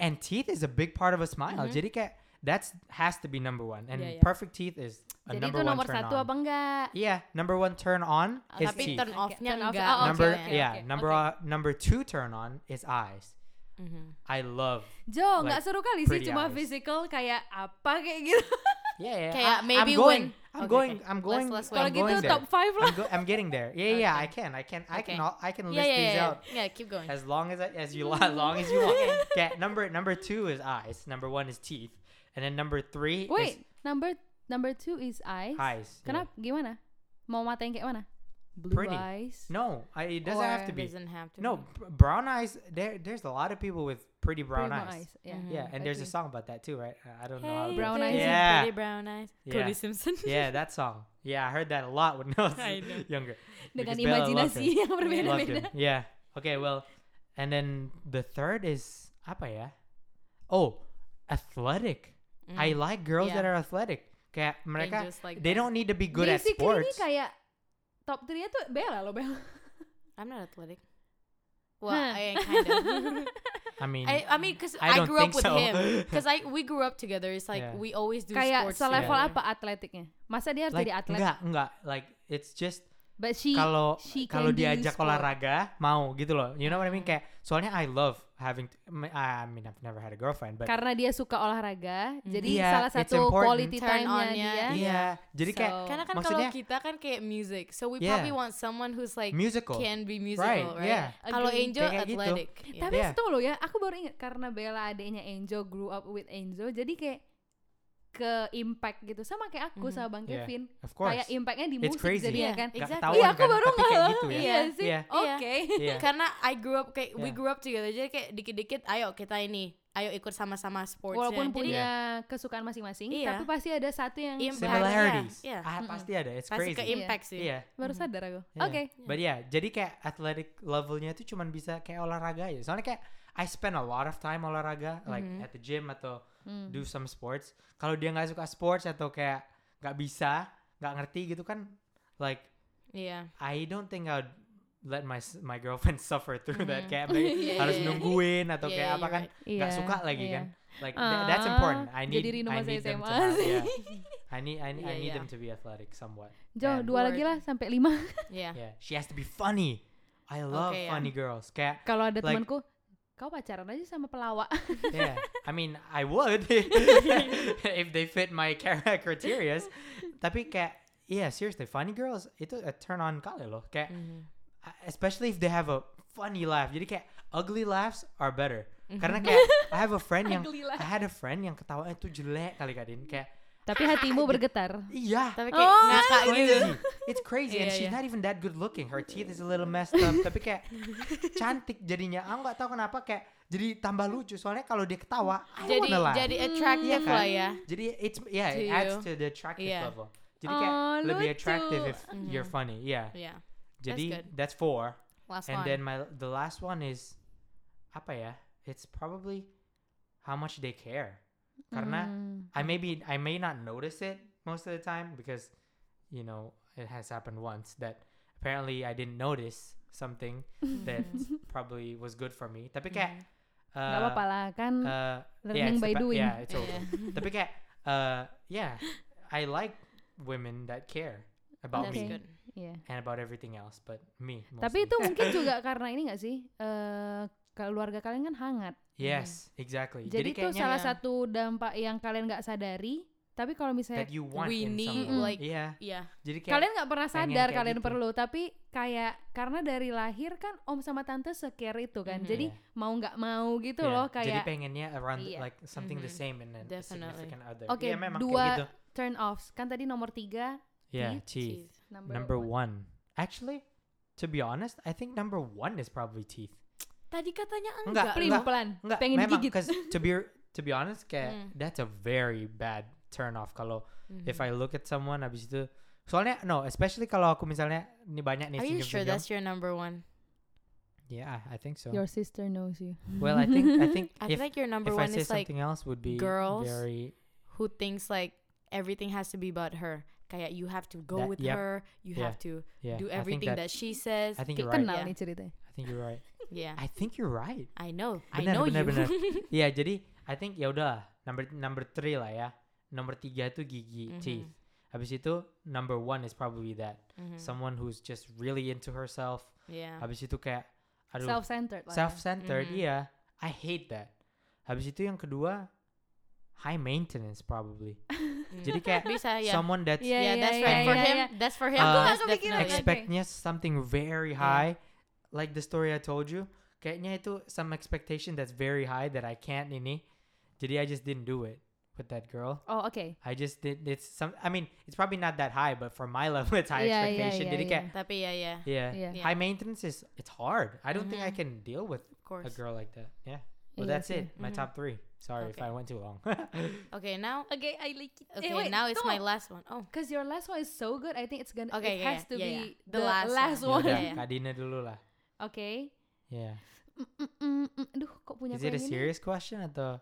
Speaker 3: and teeth is a big part of a smile. Jadi kayak that's has to be number one. And
Speaker 1: Yeah, yeah.
Speaker 3: perfect teeth is a
Speaker 2: Jadi
Speaker 3: number
Speaker 2: itu
Speaker 3: one
Speaker 2: nomor
Speaker 3: turn
Speaker 2: satu
Speaker 3: on.
Speaker 2: apa enggak?
Speaker 3: Yeah, number one turn on is
Speaker 1: Tapi
Speaker 3: teeth.
Speaker 1: turn off-nya
Speaker 2: Turn off-
Speaker 1: enggak.
Speaker 2: oh, okay,
Speaker 3: number
Speaker 2: okay,
Speaker 3: yeah,
Speaker 2: okay,
Speaker 3: number
Speaker 2: okay.
Speaker 3: uh, number two turn on is eyes.
Speaker 1: Mhm.
Speaker 3: I love
Speaker 2: Jo,
Speaker 3: like,
Speaker 2: nggak seru kali sih
Speaker 3: pretty
Speaker 2: cuma
Speaker 3: eyes.
Speaker 2: physical kayak apa kayak gitu.
Speaker 3: yeah yeah.
Speaker 1: Okay,
Speaker 3: I-
Speaker 1: uh, maybe
Speaker 3: I'm going.
Speaker 1: when- okay,
Speaker 3: I'm going.
Speaker 1: okay.
Speaker 3: I'm
Speaker 1: Let's-
Speaker 3: going.
Speaker 1: let's
Speaker 2: Kalau
Speaker 3: I'm
Speaker 1: wait.
Speaker 2: gitu
Speaker 3: going there.
Speaker 2: top 5 lah.
Speaker 3: I'm, go- I'm getting there. Yeah, yeah, yeah. I
Speaker 1: Okay.
Speaker 3: can. I can. I
Speaker 1: Okay.
Speaker 3: can. all- I can
Speaker 1: Yeah,
Speaker 3: list
Speaker 1: yeah,
Speaker 3: these
Speaker 1: yeah.
Speaker 3: out
Speaker 1: Yeah, keep going.
Speaker 3: as long as I, as you as long as you want. Okay. Number number two is eyes. Number one is teeth, and then number three
Speaker 2: Wait, number number two is eyes.
Speaker 3: is eyes. yeah.
Speaker 2: Kenapa? Gimana? Mau mata yang kayak mana? Blue
Speaker 3: Pretty.
Speaker 2: eyes.
Speaker 3: No, I, it doesn't have
Speaker 1: Or
Speaker 3: to be.
Speaker 1: Doesn't have to
Speaker 3: No,
Speaker 1: be.
Speaker 3: br- brown eyes. There, there's a lot of people with pretty brown
Speaker 2: Pretty
Speaker 3: eyes.
Speaker 2: Yeah.
Speaker 1: Mhm.
Speaker 3: Yeah, and there's a
Speaker 2: agree.
Speaker 3: song about that too, right? I- I don't know. how
Speaker 1: Hey,
Speaker 3: it
Speaker 2: Brown
Speaker 1: there's
Speaker 2: eyes.
Speaker 1: some
Speaker 3: Yeah.
Speaker 1: Pretty brown eyes.
Speaker 3: Yeah.
Speaker 1: Cody Simpson.
Speaker 3: Yeah, that song. Yeah, I heard that a lot when I was
Speaker 1: I know.
Speaker 3: younger.
Speaker 2: Dengan
Speaker 3: because Bella loved
Speaker 2: imajinasi yang
Speaker 3: him. Loved
Speaker 2: berbeda-beda.
Speaker 3: him. Yeah. Okay, well, and then the third is apa ya? Oh, athletic. I
Speaker 2: Mm.
Speaker 3: like girls
Speaker 1: Yeah.
Speaker 3: that are athletic. Kayak mereka,
Speaker 1: Mm-hmm. just like
Speaker 3: they
Speaker 1: that.
Speaker 3: don't need to be good at
Speaker 2: Basically ini
Speaker 3: sports.
Speaker 2: kayak top 3-nya tuh Bella loh, Bella.
Speaker 1: I'm not athletic. Well,
Speaker 2: Huh.
Speaker 1: I eh, kind of.
Speaker 3: I mean,
Speaker 1: I, I mean, because
Speaker 3: I
Speaker 1: I,
Speaker 3: don't
Speaker 1: grew up
Speaker 3: think
Speaker 1: with
Speaker 3: so.
Speaker 1: him. Because I we grew up together. It's like
Speaker 3: Yeah.
Speaker 1: we always do
Speaker 2: Kayak
Speaker 1: sports.
Speaker 2: selevel
Speaker 1: together.
Speaker 2: apa atletiknya? Masa dia harus
Speaker 3: like,
Speaker 2: jadi atlet?
Speaker 3: enggak, enggak. Like, it's just
Speaker 2: But she
Speaker 3: kalau
Speaker 2: she
Speaker 3: kalau
Speaker 2: can do
Speaker 3: diajak
Speaker 2: sport.
Speaker 3: olahraga mau gitu loh. You know what I mean? Kayak soalnya I love having. I mean, I've never had a girlfriend, but
Speaker 2: karena dia suka olahraga, jadi
Speaker 3: Iya,
Speaker 2: salah
Speaker 3: it's
Speaker 2: satu
Speaker 3: important.
Speaker 2: quality
Speaker 1: Mm-hmm. Turn
Speaker 2: time-nya
Speaker 1: on-nya,
Speaker 2: dia.
Speaker 1: iya.
Speaker 3: Iya, jadi kayak
Speaker 2: So-
Speaker 1: Karena kan kalau
Speaker 3: maksudnya
Speaker 1: kita kan kayak music, so we
Speaker 3: Yeah.
Speaker 1: probably want someone who's like
Speaker 3: musical.
Speaker 1: can be musical,
Speaker 3: Right,
Speaker 1: right?
Speaker 3: yeah.
Speaker 1: Kalau
Speaker 2: Agree.
Speaker 1: Angel
Speaker 3: Kayak gitu.
Speaker 1: athletic. Yeah.
Speaker 2: Tapi
Speaker 3: Yeah.
Speaker 2: itu loh ya, aku baru ingat karena Bella adiknya Enzo grew up with Enzo, jadi kayak ke impact gitu sama kayak aku
Speaker 1: Mhm.
Speaker 2: sama Bang
Speaker 3: Yeah,
Speaker 2: Kevin.
Speaker 3: of course.
Speaker 2: Kayak impactnya di
Speaker 3: It's
Speaker 2: musik
Speaker 3: crazy.
Speaker 2: jadinya
Speaker 1: Yeah,
Speaker 2: kan.
Speaker 1: Exactly.
Speaker 3: Nggak
Speaker 1: Iya,
Speaker 2: Iya,
Speaker 3: ketahuan
Speaker 2: aku
Speaker 3: kan,
Speaker 2: baru
Speaker 3: tapi kayak
Speaker 2: ngelah.
Speaker 3: gitu ya.
Speaker 2: Iya sih.
Speaker 3: Iya.
Speaker 2: Oke.
Speaker 3: Iya.
Speaker 1: Karena I grew up kayak we
Speaker 3: Yeah.
Speaker 1: grew up together, jadi kayak dikit-dikit, ayo kita ini, ayo ikut sama-sama sports.
Speaker 2: Walaupun
Speaker 1: jadi
Speaker 2: punya ya, kesukaan masing-masing,
Speaker 1: Iya.
Speaker 2: tapi pasti ada satu yang
Speaker 3: Iya,
Speaker 1: Impact.
Speaker 3: Similarities.
Speaker 1: Yeah.
Speaker 3: Ah, pasti ada. It's
Speaker 1: pasti
Speaker 3: crazy.
Speaker 1: ke impact sih.
Speaker 3: Iya.
Speaker 2: baru sadar aku.
Speaker 3: iya.
Speaker 2: Oke.
Speaker 3: But yeah, jadi kayak athletic levelnya tuh cuman bisa kayak olahraga aja. Soalnya kayak I spend a lot of time olahraga, like at the gym atau
Speaker 2: Hmm.
Speaker 3: do some sports. Kalau dia nggak suka sports atau kayak nggak bisa, nggak ngerti gitu kan, like
Speaker 1: Iya.
Speaker 3: I don't think I'd let my s- my girlfriend suffer through that kayak
Speaker 2: Iya,
Speaker 3: like,
Speaker 2: iya,
Speaker 3: harus
Speaker 1: iya.
Speaker 3: nungguin atau
Speaker 1: Iya,
Speaker 3: kayak
Speaker 1: iya,
Speaker 3: apa kan nggak
Speaker 2: Iya,
Speaker 3: suka lagi
Speaker 2: iya.
Speaker 3: kan like tha- that's
Speaker 2: Ah,
Speaker 3: important I need
Speaker 2: jadi rindu
Speaker 3: I
Speaker 2: masa
Speaker 3: need them to
Speaker 2: SMA
Speaker 3: have,
Speaker 2: sih.
Speaker 3: yeah. I need I, I
Speaker 1: Iya,
Speaker 3: need
Speaker 1: iya.
Speaker 3: them to be athletic somewhat
Speaker 2: Jo,
Speaker 3: And-
Speaker 2: dua lagi lah sampai lima.
Speaker 1: Iya.
Speaker 3: yeah she has to be funny I love
Speaker 1: Oke, ya.
Speaker 3: funny girls. Kayak
Speaker 2: Kalau ada
Speaker 3: Like-
Speaker 2: temanku, kau pacaran aja sama pelawak.
Speaker 3: yeah. I mean, I would if they fit my char- criteria. Tapi kayak, yeah, seriously, funny girls itu a turn on kali loh. Kayak,
Speaker 1: Mhm.
Speaker 3: especially if they have a funny laugh. Jadi kayak ugly laughs are better. Karena kayak I have a friend yang
Speaker 2: Ugly
Speaker 3: I had a friend yang ketawanya itu jelek kali kadin. Kayak,
Speaker 2: Tapi hatimu bergetar.
Speaker 3: iya.
Speaker 1: Tapi kayak
Speaker 2: Oh,
Speaker 1: ngakak gitu.
Speaker 3: Crazy. It's crazy and
Speaker 1: Iya,
Speaker 3: she's
Speaker 1: iya.
Speaker 3: not even that good looking. Her teeth is a little messed up. Tapi kayak cantik jadinya. Aku nggak tahu kenapa kayak jadi tambah lucu. Soalnya kalau dia ketawa, I
Speaker 1: Jadi
Speaker 3: wanna laugh.
Speaker 1: jadi attractive
Speaker 3: Iya kan?
Speaker 1: lah ya.
Speaker 3: Jadi it's yeah,
Speaker 1: To
Speaker 3: it adds
Speaker 1: you.
Speaker 3: to the attractive
Speaker 1: Yeah.
Speaker 3: level. Jadi kayak
Speaker 2: Oh,
Speaker 3: lebih
Speaker 2: lucu.
Speaker 3: attractive if you're
Speaker 1: Mhm.
Speaker 3: funny. Yeah.
Speaker 1: Yeah.
Speaker 3: Jadi
Speaker 1: good.
Speaker 3: that's, four.
Speaker 1: Last
Speaker 3: and
Speaker 1: one.
Speaker 3: then my the last one is apa ya? It's probably how much they care.
Speaker 1: Mm-hmm.
Speaker 3: Karena
Speaker 2: Hmm.
Speaker 3: I may be I may not notice it most of the time because you know it has happened once that apparently I didn't notice something that probably was good for me. Tapi kayak
Speaker 2: Mm. nggak
Speaker 3: uh,
Speaker 2: apa-apa lah kan
Speaker 3: uh, yeah,
Speaker 2: learning
Speaker 3: it's
Speaker 2: by
Speaker 3: the ba-
Speaker 2: doing.
Speaker 3: Yeah, it's over.
Speaker 1: Yeah.
Speaker 3: Tapi kayak, uh, yeah, I like women that care about
Speaker 1: That's
Speaker 3: me
Speaker 1: good.
Speaker 2: Iya.
Speaker 3: and about everything else, but me. Mostly.
Speaker 2: Tapi itu mungkin juga karena ini nggak sih? Eh keluarga kalian kan hangat.
Speaker 3: yes, exactly.
Speaker 2: Jadi, itu
Speaker 3: kayaknya
Speaker 2: salah
Speaker 1: ya.
Speaker 2: satu dampak yang kalian nggak sadari. Tapi kalau misalnya
Speaker 3: that you want
Speaker 1: We
Speaker 3: in
Speaker 1: need,
Speaker 3: someone.
Speaker 1: like-
Speaker 3: yeah.
Speaker 1: Yeah.
Speaker 3: Jadi kayak,
Speaker 2: kalian nggak pernah
Speaker 3: pengen
Speaker 2: sadar
Speaker 3: kayak
Speaker 2: kalian
Speaker 3: gitu.
Speaker 2: perlu, tapi kayak karena dari lahir kan om sama tante secare itu kan.
Speaker 1: Mhm.
Speaker 2: Jadi
Speaker 3: Yeah.
Speaker 2: mau nggak mau gitu
Speaker 3: yeah,
Speaker 2: loh
Speaker 3: Iya, Jadi
Speaker 2: kayak
Speaker 3: pengennya around
Speaker 2: Iya.
Speaker 3: like something the
Speaker 1: Mhm.
Speaker 3: same and then a
Speaker 1: Definitely.
Speaker 3: significant other.
Speaker 2: Oke,
Speaker 3: yeah, memang
Speaker 2: dua-
Speaker 3: kayak gitu.
Speaker 2: turn offs. Kan tadi nomor tiga
Speaker 1: Iya,
Speaker 3: Yeah,
Speaker 2: teeth.
Speaker 3: teeth.
Speaker 1: Jeez.
Speaker 2: number,
Speaker 3: Number
Speaker 2: one.
Speaker 3: one. Actually, to be honest, I think number one is probably teeth.
Speaker 1: Tadi katanya
Speaker 3: Enggak,
Speaker 1: enggak.
Speaker 2: Pelin
Speaker 3: Enggak,
Speaker 2: pelan,
Speaker 3: Enggak,
Speaker 2: pengen
Speaker 3: memang,
Speaker 2: digigit.
Speaker 3: 'cause to be to be honest kayak
Speaker 1: Mm.
Speaker 3: that's a very bad turn off kalau
Speaker 1: Mhm.
Speaker 3: if I look at someone abis itu soalnya no especially kalau aku misalnya ini banyak nih
Speaker 1: Are you sure
Speaker 3: singgung-singgung.
Speaker 1: that's your number one?
Speaker 3: yeah I think so
Speaker 2: Your sister knows you.
Speaker 3: well I think I think
Speaker 1: I
Speaker 3: if,
Speaker 1: think your number
Speaker 3: if I
Speaker 1: one
Speaker 3: say
Speaker 1: is like
Speaker 3: something else would be
Speaker 1: girls
Speaker 3: very
Speaker 1: who thinks like everything has to be about her. Kayak you have to go
Speaker 3: That-
Speaker 1: with
Speaker 3: yep.
Speaker 1: her. You
Speaker 3: Yeah.
Speaker 1: have to
Speaker 3: yeah
Speaker 1: do
Speaker 3: I think
Speaker 1: everything
Speaker 3: that,
Speaker 1: that, she says.
Speaker 3: I think you're
Speaker 2: Kayak
Speaker 3: right
Speaker 2: kenal
Speaker 1: Yeah.
Speaker 2: nih ceritanya.
Speaker 3: I think you're right
Speaker 1: yeah.
Speaker 3: I think you're right
Speaker 1: I know. I
Speaker 3: Benar,
Speaker 1: know
Speaker 3: benar,
Speaker 1: you.
Speaker 3: benar. Iya, jadi I think ya udah number number three lah ya number tiga itu gigi
Speaker 1: Mhm.
Speaker 3: teeth habis itu number one is probably that
Speaker 1: Mhm.
Speaker 3: someone who's just really into herself
Speaker 1: Yeah.
Speaker 3: habis itu kayak aduh
Speaker 2: Self-centered lah. ya.
Speaker 3: Ah. self-centered
Speaker 1: Mhm.
Speaker 3: iya I hate that habis itu yang kedua high maintenance probably
Speaker 1: Mm.
Speaker 3: jadi kayak Uh,
Speaker 1: bisa ya.
Speaker 3: someone that
Speaker 2: Iya,
Speaker 1: yeah,
Speaker 2: iya,
Speaker 1: that's
Speaker 2: iya,
Speaker 1: right for
Speaker 2: iya,
Speaker 1: him.
Speaker 2: iya.
Speaker 1: That's for him.
Speaker 3: Aku nggak
Speaker 1: That's
Speaker 2: kepikiran
Speaker 1: definitely.
Speaker 2: lagi.
Speaker 3: expectnya something very high like the story I told you kayaknya itu some expectation that's very high that I can't ini jadi I just didn't do it with that girl
Speaker 2: Oh, oke.
Speaker 3: I just did it's some I mean it's probably not that high but for my level it's high
Speaker 2: Iya, iya,
Speaker 3: expectation
Speaker 2: iya,
Speaker 3: jadi kayak
Speaker 1: Tapi ya ya,
Speaker 3: yeah.
Speaker 2: Iya.
Speaker 1: Yeah.
Speaker 3: high maintenance is it's hard I don't think I can deal with
Speaker 1: of course.
Speaker 3: a girl like that. Yeah. Well,
Speaker 2: Iya
Speaker 3: that's
Speaker 2: sih.
Speaker 3: it.
Speaker 1: Mhm.
Speaker 3: My top three. Sorry if
Speaker 1: Okay.
Speaker 3: I went too long.
Speaker 1: Okay, now
Speaker 2: Okay, I like it. Eh,
Speaker 1: okay, now it's my last one. Oh,
Speaker 2: Cause your last one is so good, I think it's gonna.
Speaker 1: Okay,
Speaker 2: it
Speaker 1: yeah,
Speaker 2: has to
Speaker 1: yeah,
Speaker 2: be
Speaker 1: yeah.
Speaker 2: the, last,
Speaker 1: Ya udah.
Speaker 2: one.
Speaker 3: Yaudah, Kak Dina dulu lah.
Speaker 2: Okay.
Speaker 3: Yeah.
Speaker 2: Mm, mm, mm, mm. Aduh, kok punya
Speaker 3: Is it
Speaker 2: aku
Speaker 3: a
Speaker 2: yang ini?
Speaker 3: serious question atau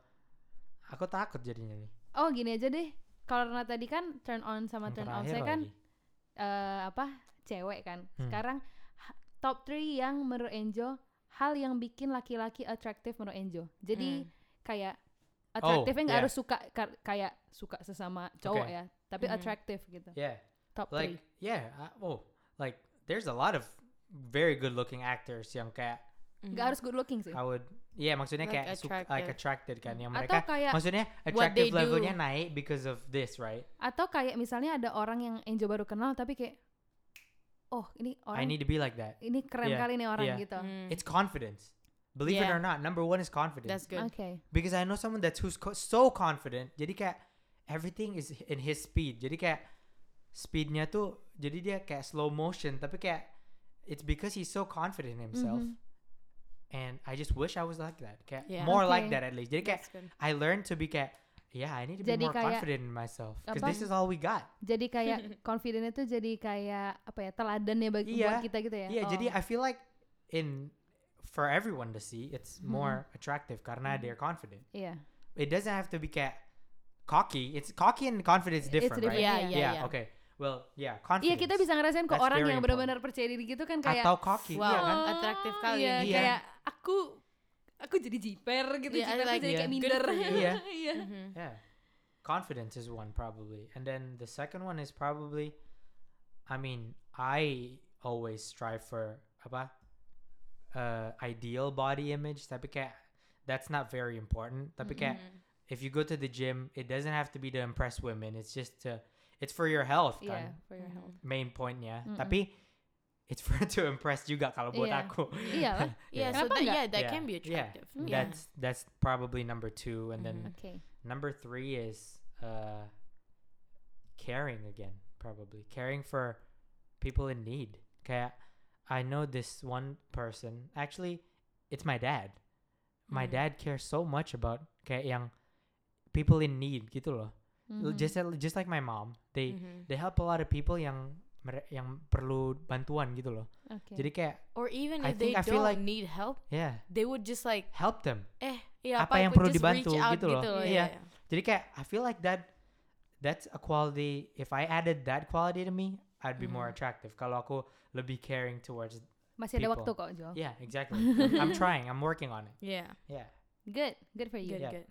Speaker 3: aku takut jadinya nih.
Speaker 2: Oh, gini aja deh. Kalau Rana tadi kan turn on sama
Speaker 3: Yang
Speaker 2: turn off
Speaker 3: terakhir
Speaker 2: saya kan
Speaker 3: lagi.
Speaker 2: eh, apa cewek kan.
Speaker 3: Hmm.
Speaker 2: Sekarang ha- top 3 yang menurut Enjo hal yang bikin laki-laki atraktif menurut Enjo. Jadi
Speaker 1: Hmm.
Speaker 2: kayak
Speaker 3: Oh,
Speaker 2: atraktifnya nggak
Speaker 3: yeah.
Speaker 2: harus suka kar- kayak suka sesama cowok
Speaker 3: Okay.
Speaker 2: ya, tapi
Speaker 1: Mhm.
Speaker 2: atraktif gitu.
Speaker 3: Yeah.
Speaker 2: Top 3.
Speaker 3: Ya, Like yeah. I- oh, like there's a lot of very good looking actors yang kayak
Speaker 1: mm-hmm. hmm.
Speaker 2: Nggak harus good looking sih.
Speaker 3: I would yeah maksudnya
Speaker 1: Like
Speaker 3: kayak suka- like attracted kan yang
Speaker 2: Atau
Speaker 3: mereka
Speaker 2: kayak
Speaker 3: maksudnya
Speaker 1: What they
Speaker 3: attractive levelnya
Speaker 1: do.
Speaker 3: naik because of this right
Speaker 2: atau kayak misalnya ada orang yang Enjo baru kenal tapi kayak oh ini
Speaker 3: I
Speaker 2: orang
Speaker 3: need to be like that
Speaker 2: ini keren
Speaker 3: yeah,
Speaker 2: kali nih orang
Speaker 3: yeah.
Speaker 2: gitu.
Speaker 1: Mm,
Speaker 3: it's confidence believe it
Speaker 1: Yeah.
Speaker 3: or not number one is confidence
Speaker 1: that's
Speaker 2: Oke.
Speaker 1: good.
Speaker 3: because I know someone that's who's co- so confident. Jadi kayak everything is in his speed. Jadi kayak speednya tuh jadi dia kayak slow motion tapi kayak it's because he's so confident in himself.
Speaker 1: Mm-hmm.
Speaker 2: Mhm.
Speaker 3: And I just wish I was like that. Kayak
Speaker 1: Yeah.
Speaker 3: more like
Speaker 2: Okay.
Speaker 3: that at least. Jadi kayak
Speaker 1: That's good.
Speaker 3: I learned to be kayak yeah, I need to be
Speaker 2: Jadi
Speaker 3: more
Speaker 2: kayak-
Speaker 3: confident in myself because
Speaker 2: Apa?
Speaker 3: this is all we got.
Speaker 2: Jadi kayak confident itu jadi kayak apa ya teladan ya bagi
Speaker 3: Iya.
Speaker 2: buat kita gitu ya.
Speaker 3: Yeah,
Speaker 2: Oh.
Speaker 3: jadi I feel like in for everyone to see, it's
Speaker 2: Mm-hmm.
Speaker 3: more attractive karena they're confident.
Speaker 2: Iya.
Speaker 3: it doesn't have to be cat cocky. It's cocky and confidence
Speaker 2: It's
Speaker 3: different, right?
Speaker 1: Yeah,
Speaker 2: different, Yeah,
Speaker 1: yeah, yeah.
Speaker 3: Okay. Well, yeah,
Speaker 2: Iya
Speaker 3: confidence.
Speaker 2: kita bisa ngerasain kok
Speaker 3: That's
Speaker 2: orang
Speaker 3: very
Speaker 2: yang
Speaker 3: important.
Speaker 2: benar-benar percaya diri gitu kan kayak
Speaker 3: atau cocky,
Speaker 1: Wow.
Speaker 3: iya kan?
Speaker 1: Oh, atraktif kali.
Speaker 2: Iya,
Speaker 3: Iya.
Speaker 2: kayak aku aku jadi jiper gitu
Speaker 1: Iya, I
Speaker 2: jiper tuh
Speaker 1: like
Speaker 2: jadi
Speaker 3: it.
Speaker 2: kayak
Speaker 1: Good
Speaker 2: minder.
Speaker 1: for you.
Speaker 3: Iya.
Speaker 2: Iya.
Speaker 1: Mhm.
Speaker 3: Yeah. Confidence is one probably. And then the second one is probably I mean, I always strive for apa? uh, ideal body image tapi kayak that's not very important tapi kayak
Speaker 1: Mm-hmm.
Speaker 2: Mm-hmm.
Speaker 3: if you go to the gym it doesn't have to be to impress women it's just to it's for your health
Speaker 2: yeah,
Speaker 3: kan
Speaker 2: for your health.
Speaker 3: main pointnya
Speaker 2: Mm-mm.
Speaker 3: tapi it's for to impress juga kalau buat
Speaker 2: Iya.
Speaker 3: aku
Speaker 2: Iya lah.
Speaker 1: Yeah,
Speaker 3: Yeah.
Speaker 1: so
Speaker 2: Kenapa
Speaker 1: that,
Speaker 2: enggak?
Speaker 1: yeah, that
Speaker 3: Yeah.
Speaker 1: can be
Speaker 3: Yeah.
Speaker 1: attractive.
Speaker 2: Mm.
Speaker 1: Yeah.
Speaker 3: that's that's probably number two and then
Speaker 1: Mhm.
Speaker 2: Okay.
Speaker 3: Number three is uh, caring again, probably caring for people in need. Kayak I know this one person. Actually, it's my dad. My
Speaker 1: Mhm.
Speaker 3: dad cares so much about kayak yang people in need gitu loh.
Speaker 2: Mhm.
Speaker 3: Just just like my mom, they
Speaker 1: Mhm.
Speaker 3: they help a lot of people yang mere- yang perlu bantuan gitu loh.
Speaker 2: Okay.
Speaker 3: Jadi kayak
Speaker 1: Or even
Speaker 3: I
Speaker 1: if they
Speaker 3: think I feel
Speaker 1: don't
Speaker 3: like-
Speaker 1: need help,
Speaker 3: yeah,
Speaker 1: they would just like,
Speaker 3: help them.
Speaker 1: eh, yeah,
Speaker 3: Apa yang
Speaker 1: would
Speaker 3: perlu
Speaker 1: just reach
Speaker 3: dibantu
Speaker 1: out
Speaker 3: gitu loh. Iya.
Speaker 1: Yeah.
Speaker 3: Jadi kayak I feel like that that's a quality if I added that quality to me, I'd be more
Speaker 1: Mhm.
Speaker 3: attractive. Kalau aku lebih caring towards
Speaker 2: Masih ada waktu
Speaker 3: people.
Speaker 2: kok, Jo.
Speaker 3: Yeah, exactly. I'm, I'm trying. I'm working on it.
Speaker 1: Yeah.
Speaker 3: Yeah.
Speaker 2: Good, good for you.
Speaker 1: Good,
Speaker 3: Yeah.
Speaker 1: good.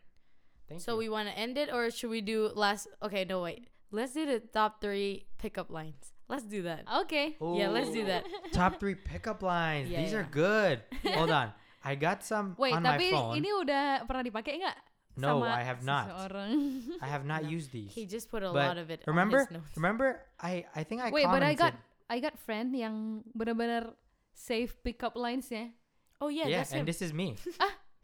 Speaker 3: Thank
Speaker 1: So we
Speaker 3: you.
Speaker 1: want to end it, or should we do last? Okay, no, wait. Let's do the top three pickup lines. Let's do that.
Speaker 2: Okay.
Speaker 3: Oh,
Speaker 1: Yeah, let's do
Speaker 3: Ooh.
Speaker 1: that.
Speaker 3: Top three pickup lines.
Speaker 1: Yeah,
Speaker 3: These
Speaker 1: yeah.
Speaker 3: are good. Hold on. I got some
Speaker 2: Wait,
Speaker 3: on my
Speaker 2: tapi
Speaker 3: phone.
Speaker 2: ini udah pernah dipakai nggak?
Speaker 3: no,
Speaker 2: sama
Speaker 3: I have not.
Speaker 2: seseorang?
Speaker 3: I have not
Speaker 1: No.
Speaker 3: used these.
Speaker 1: He just put a
Speaker 3: But
Speaker 1: lot of it.
Speaker 3: remember-
Speaker 1: On his notes.
Speaker 3: Remember, I I think I
Speaker 2: Wait, but I
Speaker 3: commented.
Speaker 2: got I got friend yang benar-benar save pickup lines ya.
Speaker 1: Oh yeah,
Speaker 3: yeah,
Speaker 1: that's
Speaker 3: and
Speaker 1: him.
Speaker 3: this is me.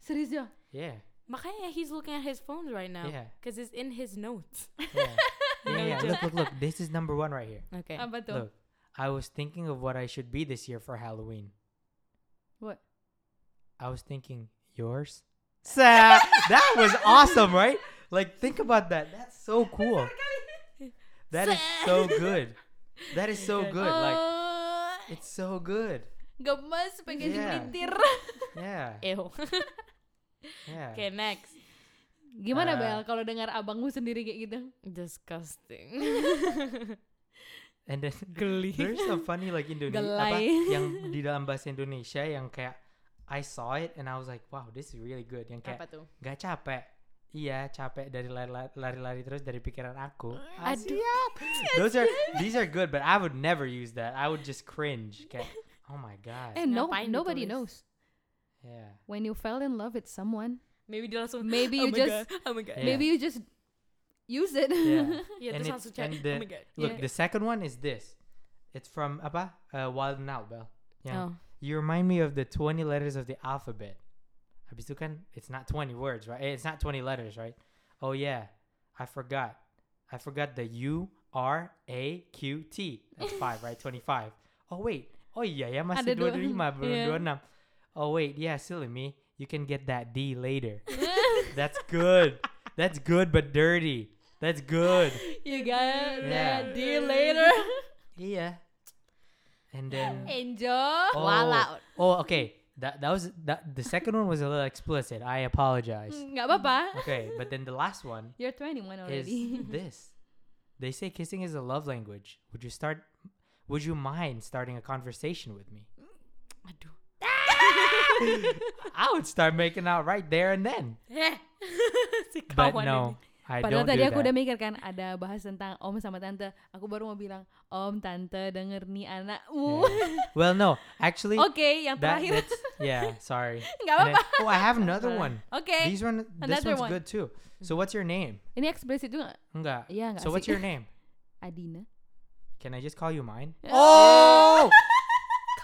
Speaker 2: Serius Jo?
Speaker 3: Yeah,
Speaker 1: Makanya he's looking at his phone right now.
Speaker 3: yeah,
Speaker 1: Cause it's in his notes.
Speaker 3: yeah, yeah. yeah. Look, look, look. This is number one right here.
Speaker 1: Okay.
Speaker 2: Apa tuh?
Speaker 3: Eh, Look, I was thinking of what I should be this year for Halloween.
Speaker 2: What?
Speaker 3: I was thinking yours. Sa- that was awesome, right? Like, think about that. That's so cool. That is so good. That is so
Speaker 1: Okay.
Speaker 3: good. Like,
Speaker 1: Uh,
Speaker 2: Ah,
Speaker 3: it's so good.
Speaker 2: gemes pengen
Speaker 3: Yeah.
Speaker 2: dipelintir.
Speaker 3: Yeah.
Speaker 1: Ew.
Speaker 3: Yeah.
Speaker 1: okay, next.
Speaker 2: Gimana
Speaker 3: Eh.
Speaker 2: Bel kalau dengar abangmu sendiri kayak gitu?
Speaker 1: Disgusting.
Speaker 3: And then
Speaker 1: Geli.
Speaker 3: there's a funny like Indonesia apa
Speaker 2: Gelai.
Speaker 3: yang di dalam bahasa Indonesia yang kayak I saw it and I was like, wow, this is really good. Yang kayak
Speaker 1: Apa tuh?
Speaker 3: gak capek. Iya, capek dari lari- lari-lari terus dari pikiran aku. Ah,
Speaker 1: Aduh.
Speaker 3: those are these are good, but I would never use that. I would just cringe. Kayak, oh my god.
Speaker 2: Eh no,
Speaker 1: Ngapain
Speaker 2: nobody
Speaker 1: ditulis?
Speaker 2: knows.
Speaker 3: Yeah.
Speaker 2: When you fell in love with someone,
Speaker 1: Maybe dia langsung.
Speaker 2: maybe
Speaker 1: oh
Speaker 2: you
Speaker 1: my
Speaker 2: just
Speaker 1: God, Oh my god.
Speaker 3: Eh, Yeah.
Speaker 2: maybe you just use it.
Speaker 3: Yeah.
Speaker 1: Yeah, terus
Speaker 3: And it-
Speaker 1: langsung cek.
Speaker 3: and
Speaker 1: Oh
Speaker 3: the-
Speaker 1: my god.
Speaker 3: Look,
Speaker 2: Yeah.
Speaker 3: the second one is this. It's from apa? Uh, Wild Now Bell.
Speaker 1: Oh.
Speaker 3: Yeah. You remind me of the 20 letters of the alphabet. Habis itu kan, it's not 20 words, right? Eh, It's not 20 letters, right? Oh yeah, I forgot. I forgot the U R A Q T. That's five, right? 25. Oh wait. Oh yeah, ya masih
Speaker 2: Ada dua-
Speaker 3: 25 belum
Speaker 2: Yeah.
Speaker 3: 26. Oh wait, yeah, silly me. You can get that D later. That's good. That's good but dirty. That's good.
Speaker 2: you got
Speaker 3: Yeah.
Speaker 2: that deal later.
Speaker 3: Yeah. And then
Speaker 2: Enjoy.
Speaker 3: oh,
Speaker 1: Wala.
Speaker 3: oh okay. That that was that the second one was a little explicit. I apologize.
Speaker 2: Nggak apa-apa.
Speaker 3: Okay, but then the last one
Speaker 2: You're 21
Speaker 3: is
Speaker 2: already.
Speaker 3: this. They say kissing is a love language. Would you start would you mind starting a conversation with me?
Speaker 1: Aduh.
Speaker 3: I would start making out right there and then.
Speaker 1: Eh. si
Speaker 3: But
Speaker 1: kawan
Speaker 3: no, I
Speaker 2: Padahal
Speaker 3: don't
Speaker 2: tadi
Speaker 3: do
Speaker 2: aku
Speaker 3: that.
Speaker 2: udah mikir kan ada bahas tentang om sama tante. Aku baru mau bilang om tante denger nih anakmu.
Speaker 3: Yeah. Well, no, actually,
Speaker 2: Oke, yang
Speaker 3: that,
Speaker 2: terakhir
Speaker 3: that's yeah. Sorry.
Speaker 2: nggak
Speaker 3: And
Speaker 2: apa-apa.
Speaker 3: then- oh, I have another one.
Speaker 2: Oke,
Speaker 3: These one, this
Speaker 2: Another
Speaker 3: one's
Speaker 2: one.
Speaker 3: good too. So what's your name?
Speaker 2: ini eksplisit juga.
Speaker 3: Enggak.
Speaker 2: Iya nggak
Speaker 3: So what's
Speaker 2: sih?
Speaker 3: your name?
Speaker 2: Adina.
Speaker 3: Can I just call you mine?
Speaker 2: Eh.
Speaker 3: Oh,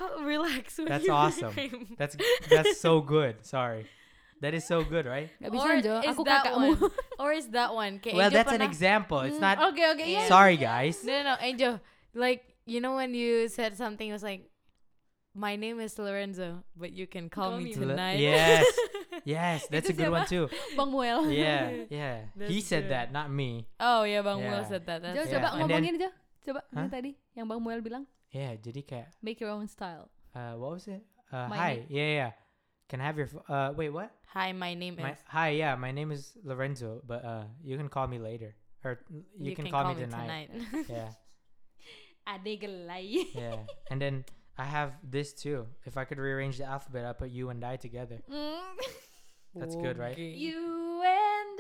Speaker 1: Kau relax when
Speaker 3: That's
Speaker 1: you
Speaker 3: awesome.
Speaker 1: rhyme.
Speaker 3: that's that's so good. Sorry, that is so good, right?
Speaker 2: Gak bisa
Speaker 1: Or
Speaker 2: Jo,
Speaker 1: is
Speaker 2: aku
Speaker 1: that
Speaker 2: kakakmu.
Speaker 1: one? Or is that one? Kayak
Speaker 3: Well,
Speaker 1: Angel
Speaker 3: that's an
Speaker 1: pernah-
Speaker 3: example. Oh, It's not.
Speaker 2: Oke oke iya.
Speaker 3: Sorry, guys.
Speaker 1: No, no, no, Angel. Like you know when you said something, it was like, "My name is Lorenzo, but you can call,
Speaker 2: Call
Speaker 1: me,
Speaker 2: me
Speaker 3: Le-
Speaker 1: tonight."
Speaker 3: Yes, yes, that's a
Speaker 2: Itu
Speaker 3: good one
Speaker 2: siapa?
Speaker 3: too.
Speaker 2: Bang Muel.
Speaker 3: Yeah, yeah. He
Speaker 1: That's
Speaker 3: said
Speaker 1: good.
Speaker 3: that, not me.
Speaker 1: Oh yeah, Bang Will
Speaker 3: Yeah.
Speaker 1: said that.
Speaker 2: Jo
Speaker 1: That's
Speaker 3: Yeah,
Speaker 2: coba
Speaker 3: and then-
Speaker 2: ngomongin Jo. Coba ini
Speaker 3: Hah?
Speaker 2: tadi yang Bang Muel bilang
Speaker 3: Yeah, jadi kayak,
Speaker 2: make your own style.
Speaker 3: uh, what was it? Uh,
Speaker 2: My name.
Speaker 3: hi, yeah, yeah. Can I have your? ph- Uh, wait, what?
Speaker 1: Hi, my name
Speaker 3: My,
Speaker 1: is.
Speaker 3: hi, yeah. My name is Lorenzo, but uh, you can call me later, or you, can, call, me tonight. yeah,
Speaker 2: Ade gelai.
Speaker 3: yeah. And then I have this too. If I could rearrange the alphabet, I put you and I together.
Speaker 2: Mm.
Speaker 3: That's good, right?
Speaker 1: Okay.
Speaker 2: You and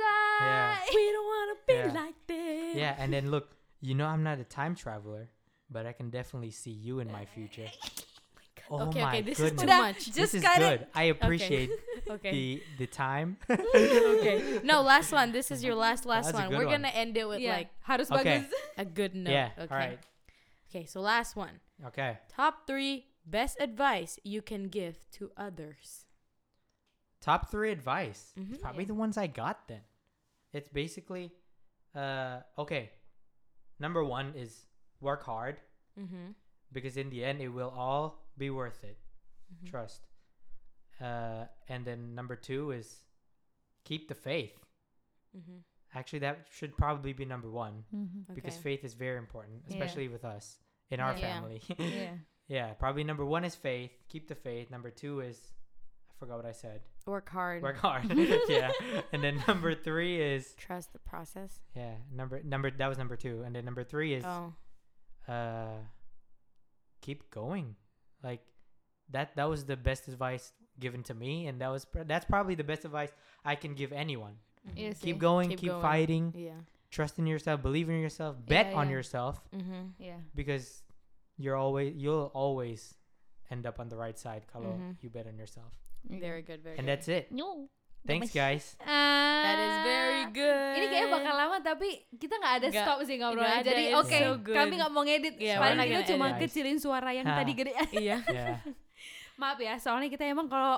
Speaker 3: Yeah.
Speaker 2: I.
Speaker 1: we don't wanna be
Speaker 3: Yeah.
Speaker 1: like this.
Speaker 3: Yeah, and then look, you know I'm not a time traveler, but I can definitely see you in my future. Oh
Speaker 1: okay,
Speaker 3: my
Speaker 1: okay, this is
Speaker 3: goodness.
Speaker 1: too
Speaker 2: Udah,
Speaker 1: much.
Speaker 2: just
Speaker 3: this is
Speaker 2: cut
Speaker 3: good.
Speaker 2: it.
Speaker 3: I appreciate
Speaker 1: Okay.
Speaker 3: the the time.
Speaker 1: okay. No, last one. This is your last last
Speaker 3: That's a
Speaker 1: one.
Speaker 3: good
Speaker 1: We're
Speaker 3: one.
Speaker 1: gonna end it with
Speaker 2: Yeah,
Speaker 1: like
Speaker 2: harus
Speaker 3: Okay.
Speaker 2: bagus.
Speaker 1: a good note.
Speaker 3: yeah.
Speaker 1: Okay.
Speaker 3: All right.
Speaker 1: Okay, so last one.
Speaker 3: Okay.
Speaker 1: Top three best advice you can give to others.
Speaker 3: Top three advice.
Speaker 1: Mhm.
Speaker 3: Probably
Speaker 2: Yeah.
Speaker 3: the ones I got then. It's basically, uh, okay. Number one is work hard
Speaker 1: Mm-hmm.
Speaker 3: because in the end it will all be worth it.
Speaker 1: Mm-hmm.
Speaker 3: Trust. Uh, and then number two is keep the faith.
Speaker 1: Mm-hmm.
Speaker 3: Actually, that should probably be number one
Speaker 2: Mm-hmm.
Speaker 1: Okay.
Speaker 3: because faith is very important,
Speaker 2: Yeah.
Speaker 3: especially with us in our
Speaker 2: Yeah.
Speaker 1: Yeah.
Speaker 3: family.
Speaker 2: Yeah.
Speaker 3: yeah, probably number one is faith. Keep the faith. Number two is, I forgot what I said.
Speaker 1: work hard.
Speaker 3: Work hard. yeah. And then number three is
Speaker 1: Trust the process.
Speaker 3: yeah number number that was number two. And then number three is
Speaker 1: oh,
Speaker 3: uh keep going. Like that that was the best advice given to me, and that was pr- that's probably the best advice I can give anyone.
Speaker 2: Iya sih.
Speaker 3: Keep going.
Speaker 1: Keep
Speaker 3: Keep,
Speaker 1: going.
Speaker 3: fighting.
Speaker 1: yeah.
Speaker 3: Trust in yourself. Believe in yourself. Bet
Speaker 2: Yeah,
Speaker 3: on
Speaker 2: yeah.
Speaker 3: yourself
Speaker 1: Mm-hmm.
Speaker 2: Iya.
Speaker 3: because you're always you'll always end up on the right side kalau
Speaker 1: Mhm.
Speaker 3: you bet on yourself.
Speaker 2: Mm-hmm.
Speaker 1: Very good. Very
Speaker 3: And
Speaker 1: good.
Speaker 3: that's it.
Speaker 2: No.
Speaker 3: Thanks guys.
Speaker 2: Uh,
Speaker 1: that is very good.
Speaker 2: Ini kayaknya bakal lama tapi kita nggak ada
Speaker 1: Nggak-
Speaker 2: stop sih ngobrolnya.
Speaker 1: nggak ada,
Speaker 2: Jadi
Speaker 1: it's
Speaker 2: oke,
Speaker 1: so good. Iya,
Speaker 2: kami nggak mau ngedit.
Speaker 1: Yeah,
Speaker 2: Paling
Speaker 3: we're not
Speaker 2: kita
Speaker 1: gonna
Speaker 2: cuma
Speaker 3: edit.
Speaker 2: kecilin suara yang
Speaker 3: Ha.
Speaker 2: tadi gede.
Speaker 1: Iya.
Speaker 3: Yeah.
Speaker 2: Maaf ya, soalnya kita emang kalau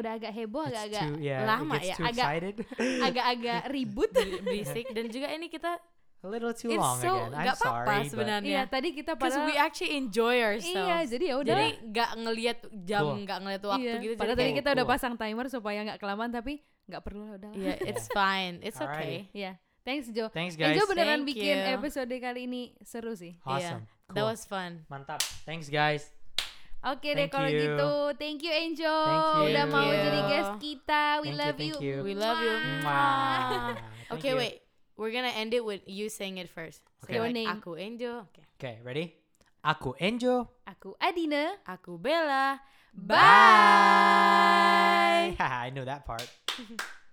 Speaker 2: udah agak heboh,
Speaker 3: It's
Speaker 2: agak-agag
Speaker 3: too- yeah, it
Speaker 1: Oh, lama
Speaker 3: gets
Speaker 1: ya,
Speaker 3: too
Speaker 2: agak-
Speaker 3: excited.
Speaker 2: agak-agak ribut.
Speaker 1: Beli- Berisik dan juga ini kita
Speaker 3: a little too
Speaker 1: it's
Speaker 3: long
Speaker 1: so
Speaker 3: again. I'm
Speaker 1: nggak apa-apa
Speaker 3: sorry, but
Speaker 1: sebenarnya.
Speaker 2: Iya, tadi kita
Speaker 1: Because
Speaker 2: padahal
Speaker 1: we actually enjoy
Speaker 2: Iya,
Speaker 1: ourselves.
Speaker 2: jadi ya udah.
Speaker 1: Jadi nggak ngelihat jam,
Speaker 3: Cool.
Speaker 1: nggak ngelihat waktu
Speaker 2: Iya,
Speaker 1: gitu. jadi
Speaker 2: Padahal tadi
Speaker 1: kayak,
Speaker 2: kita udah
Speaker 3: cool.
Speaker 2: pasang timer supaya nggak kelamaan tapi nggak perlu lah udah.
Speaker 1: Iya, it's fine, it's okay.
Speaker 3: Alrighty.
Speaker 2: Iya. Thanks Jo.
Speaker 3: thanks
Speaker 2: Eh,
Speaker 3: guys.
Speaker 2: Jo beneran
Speaker 1: Thank
Speaker 2: bikin
Speaker 1: you.
Speaker 2: episode kali ini seru sih.
Speaker 3: Awesome.
Speaker 1: Yeah, That
Speaker 3: Cool.
Speaker 1: was fun.
Speaker 3: Mantap. Thanks guys.
Speaker 2: Oke deh
Speaker 3: Thank
Speaker 2: kalau
Speaker 3: you.
Speaker 2: gitu. Thank you Angel.
Speaker 3: Thank
Speaker 2: Udah
Speaker 3: you.
Speaker 2: mau
Speaker 1: Thank
Speaker 2: jadi
Speaker 1: you.
Speaker 2: guest kita. We
Speaker 3: Thank you,
Speaker 2: love
Speaker 3: thank you.
Speaker 1: We love you.
Speaker 2: Mwah.
Speaker 3: Mwah. Thank
Speaker 1: Okay,
Speaker 3: you.
Speaker 1: wait. We're gonna end it with you saying it first. So
Speaker 3: Okay.
Speaker 1: you're
Speaker 2: Your
Speaker 1: like,
Speaker 2: name.
Speaker 1: Aku Angel. Okay.
Speaker 3: Okay, ready? Aku Enjo.
Speaker 2: Aku Adina.
Speaker 1: Aku Bella.
Speaker 2: Bye.
Speaker 3: Haha, I know that part.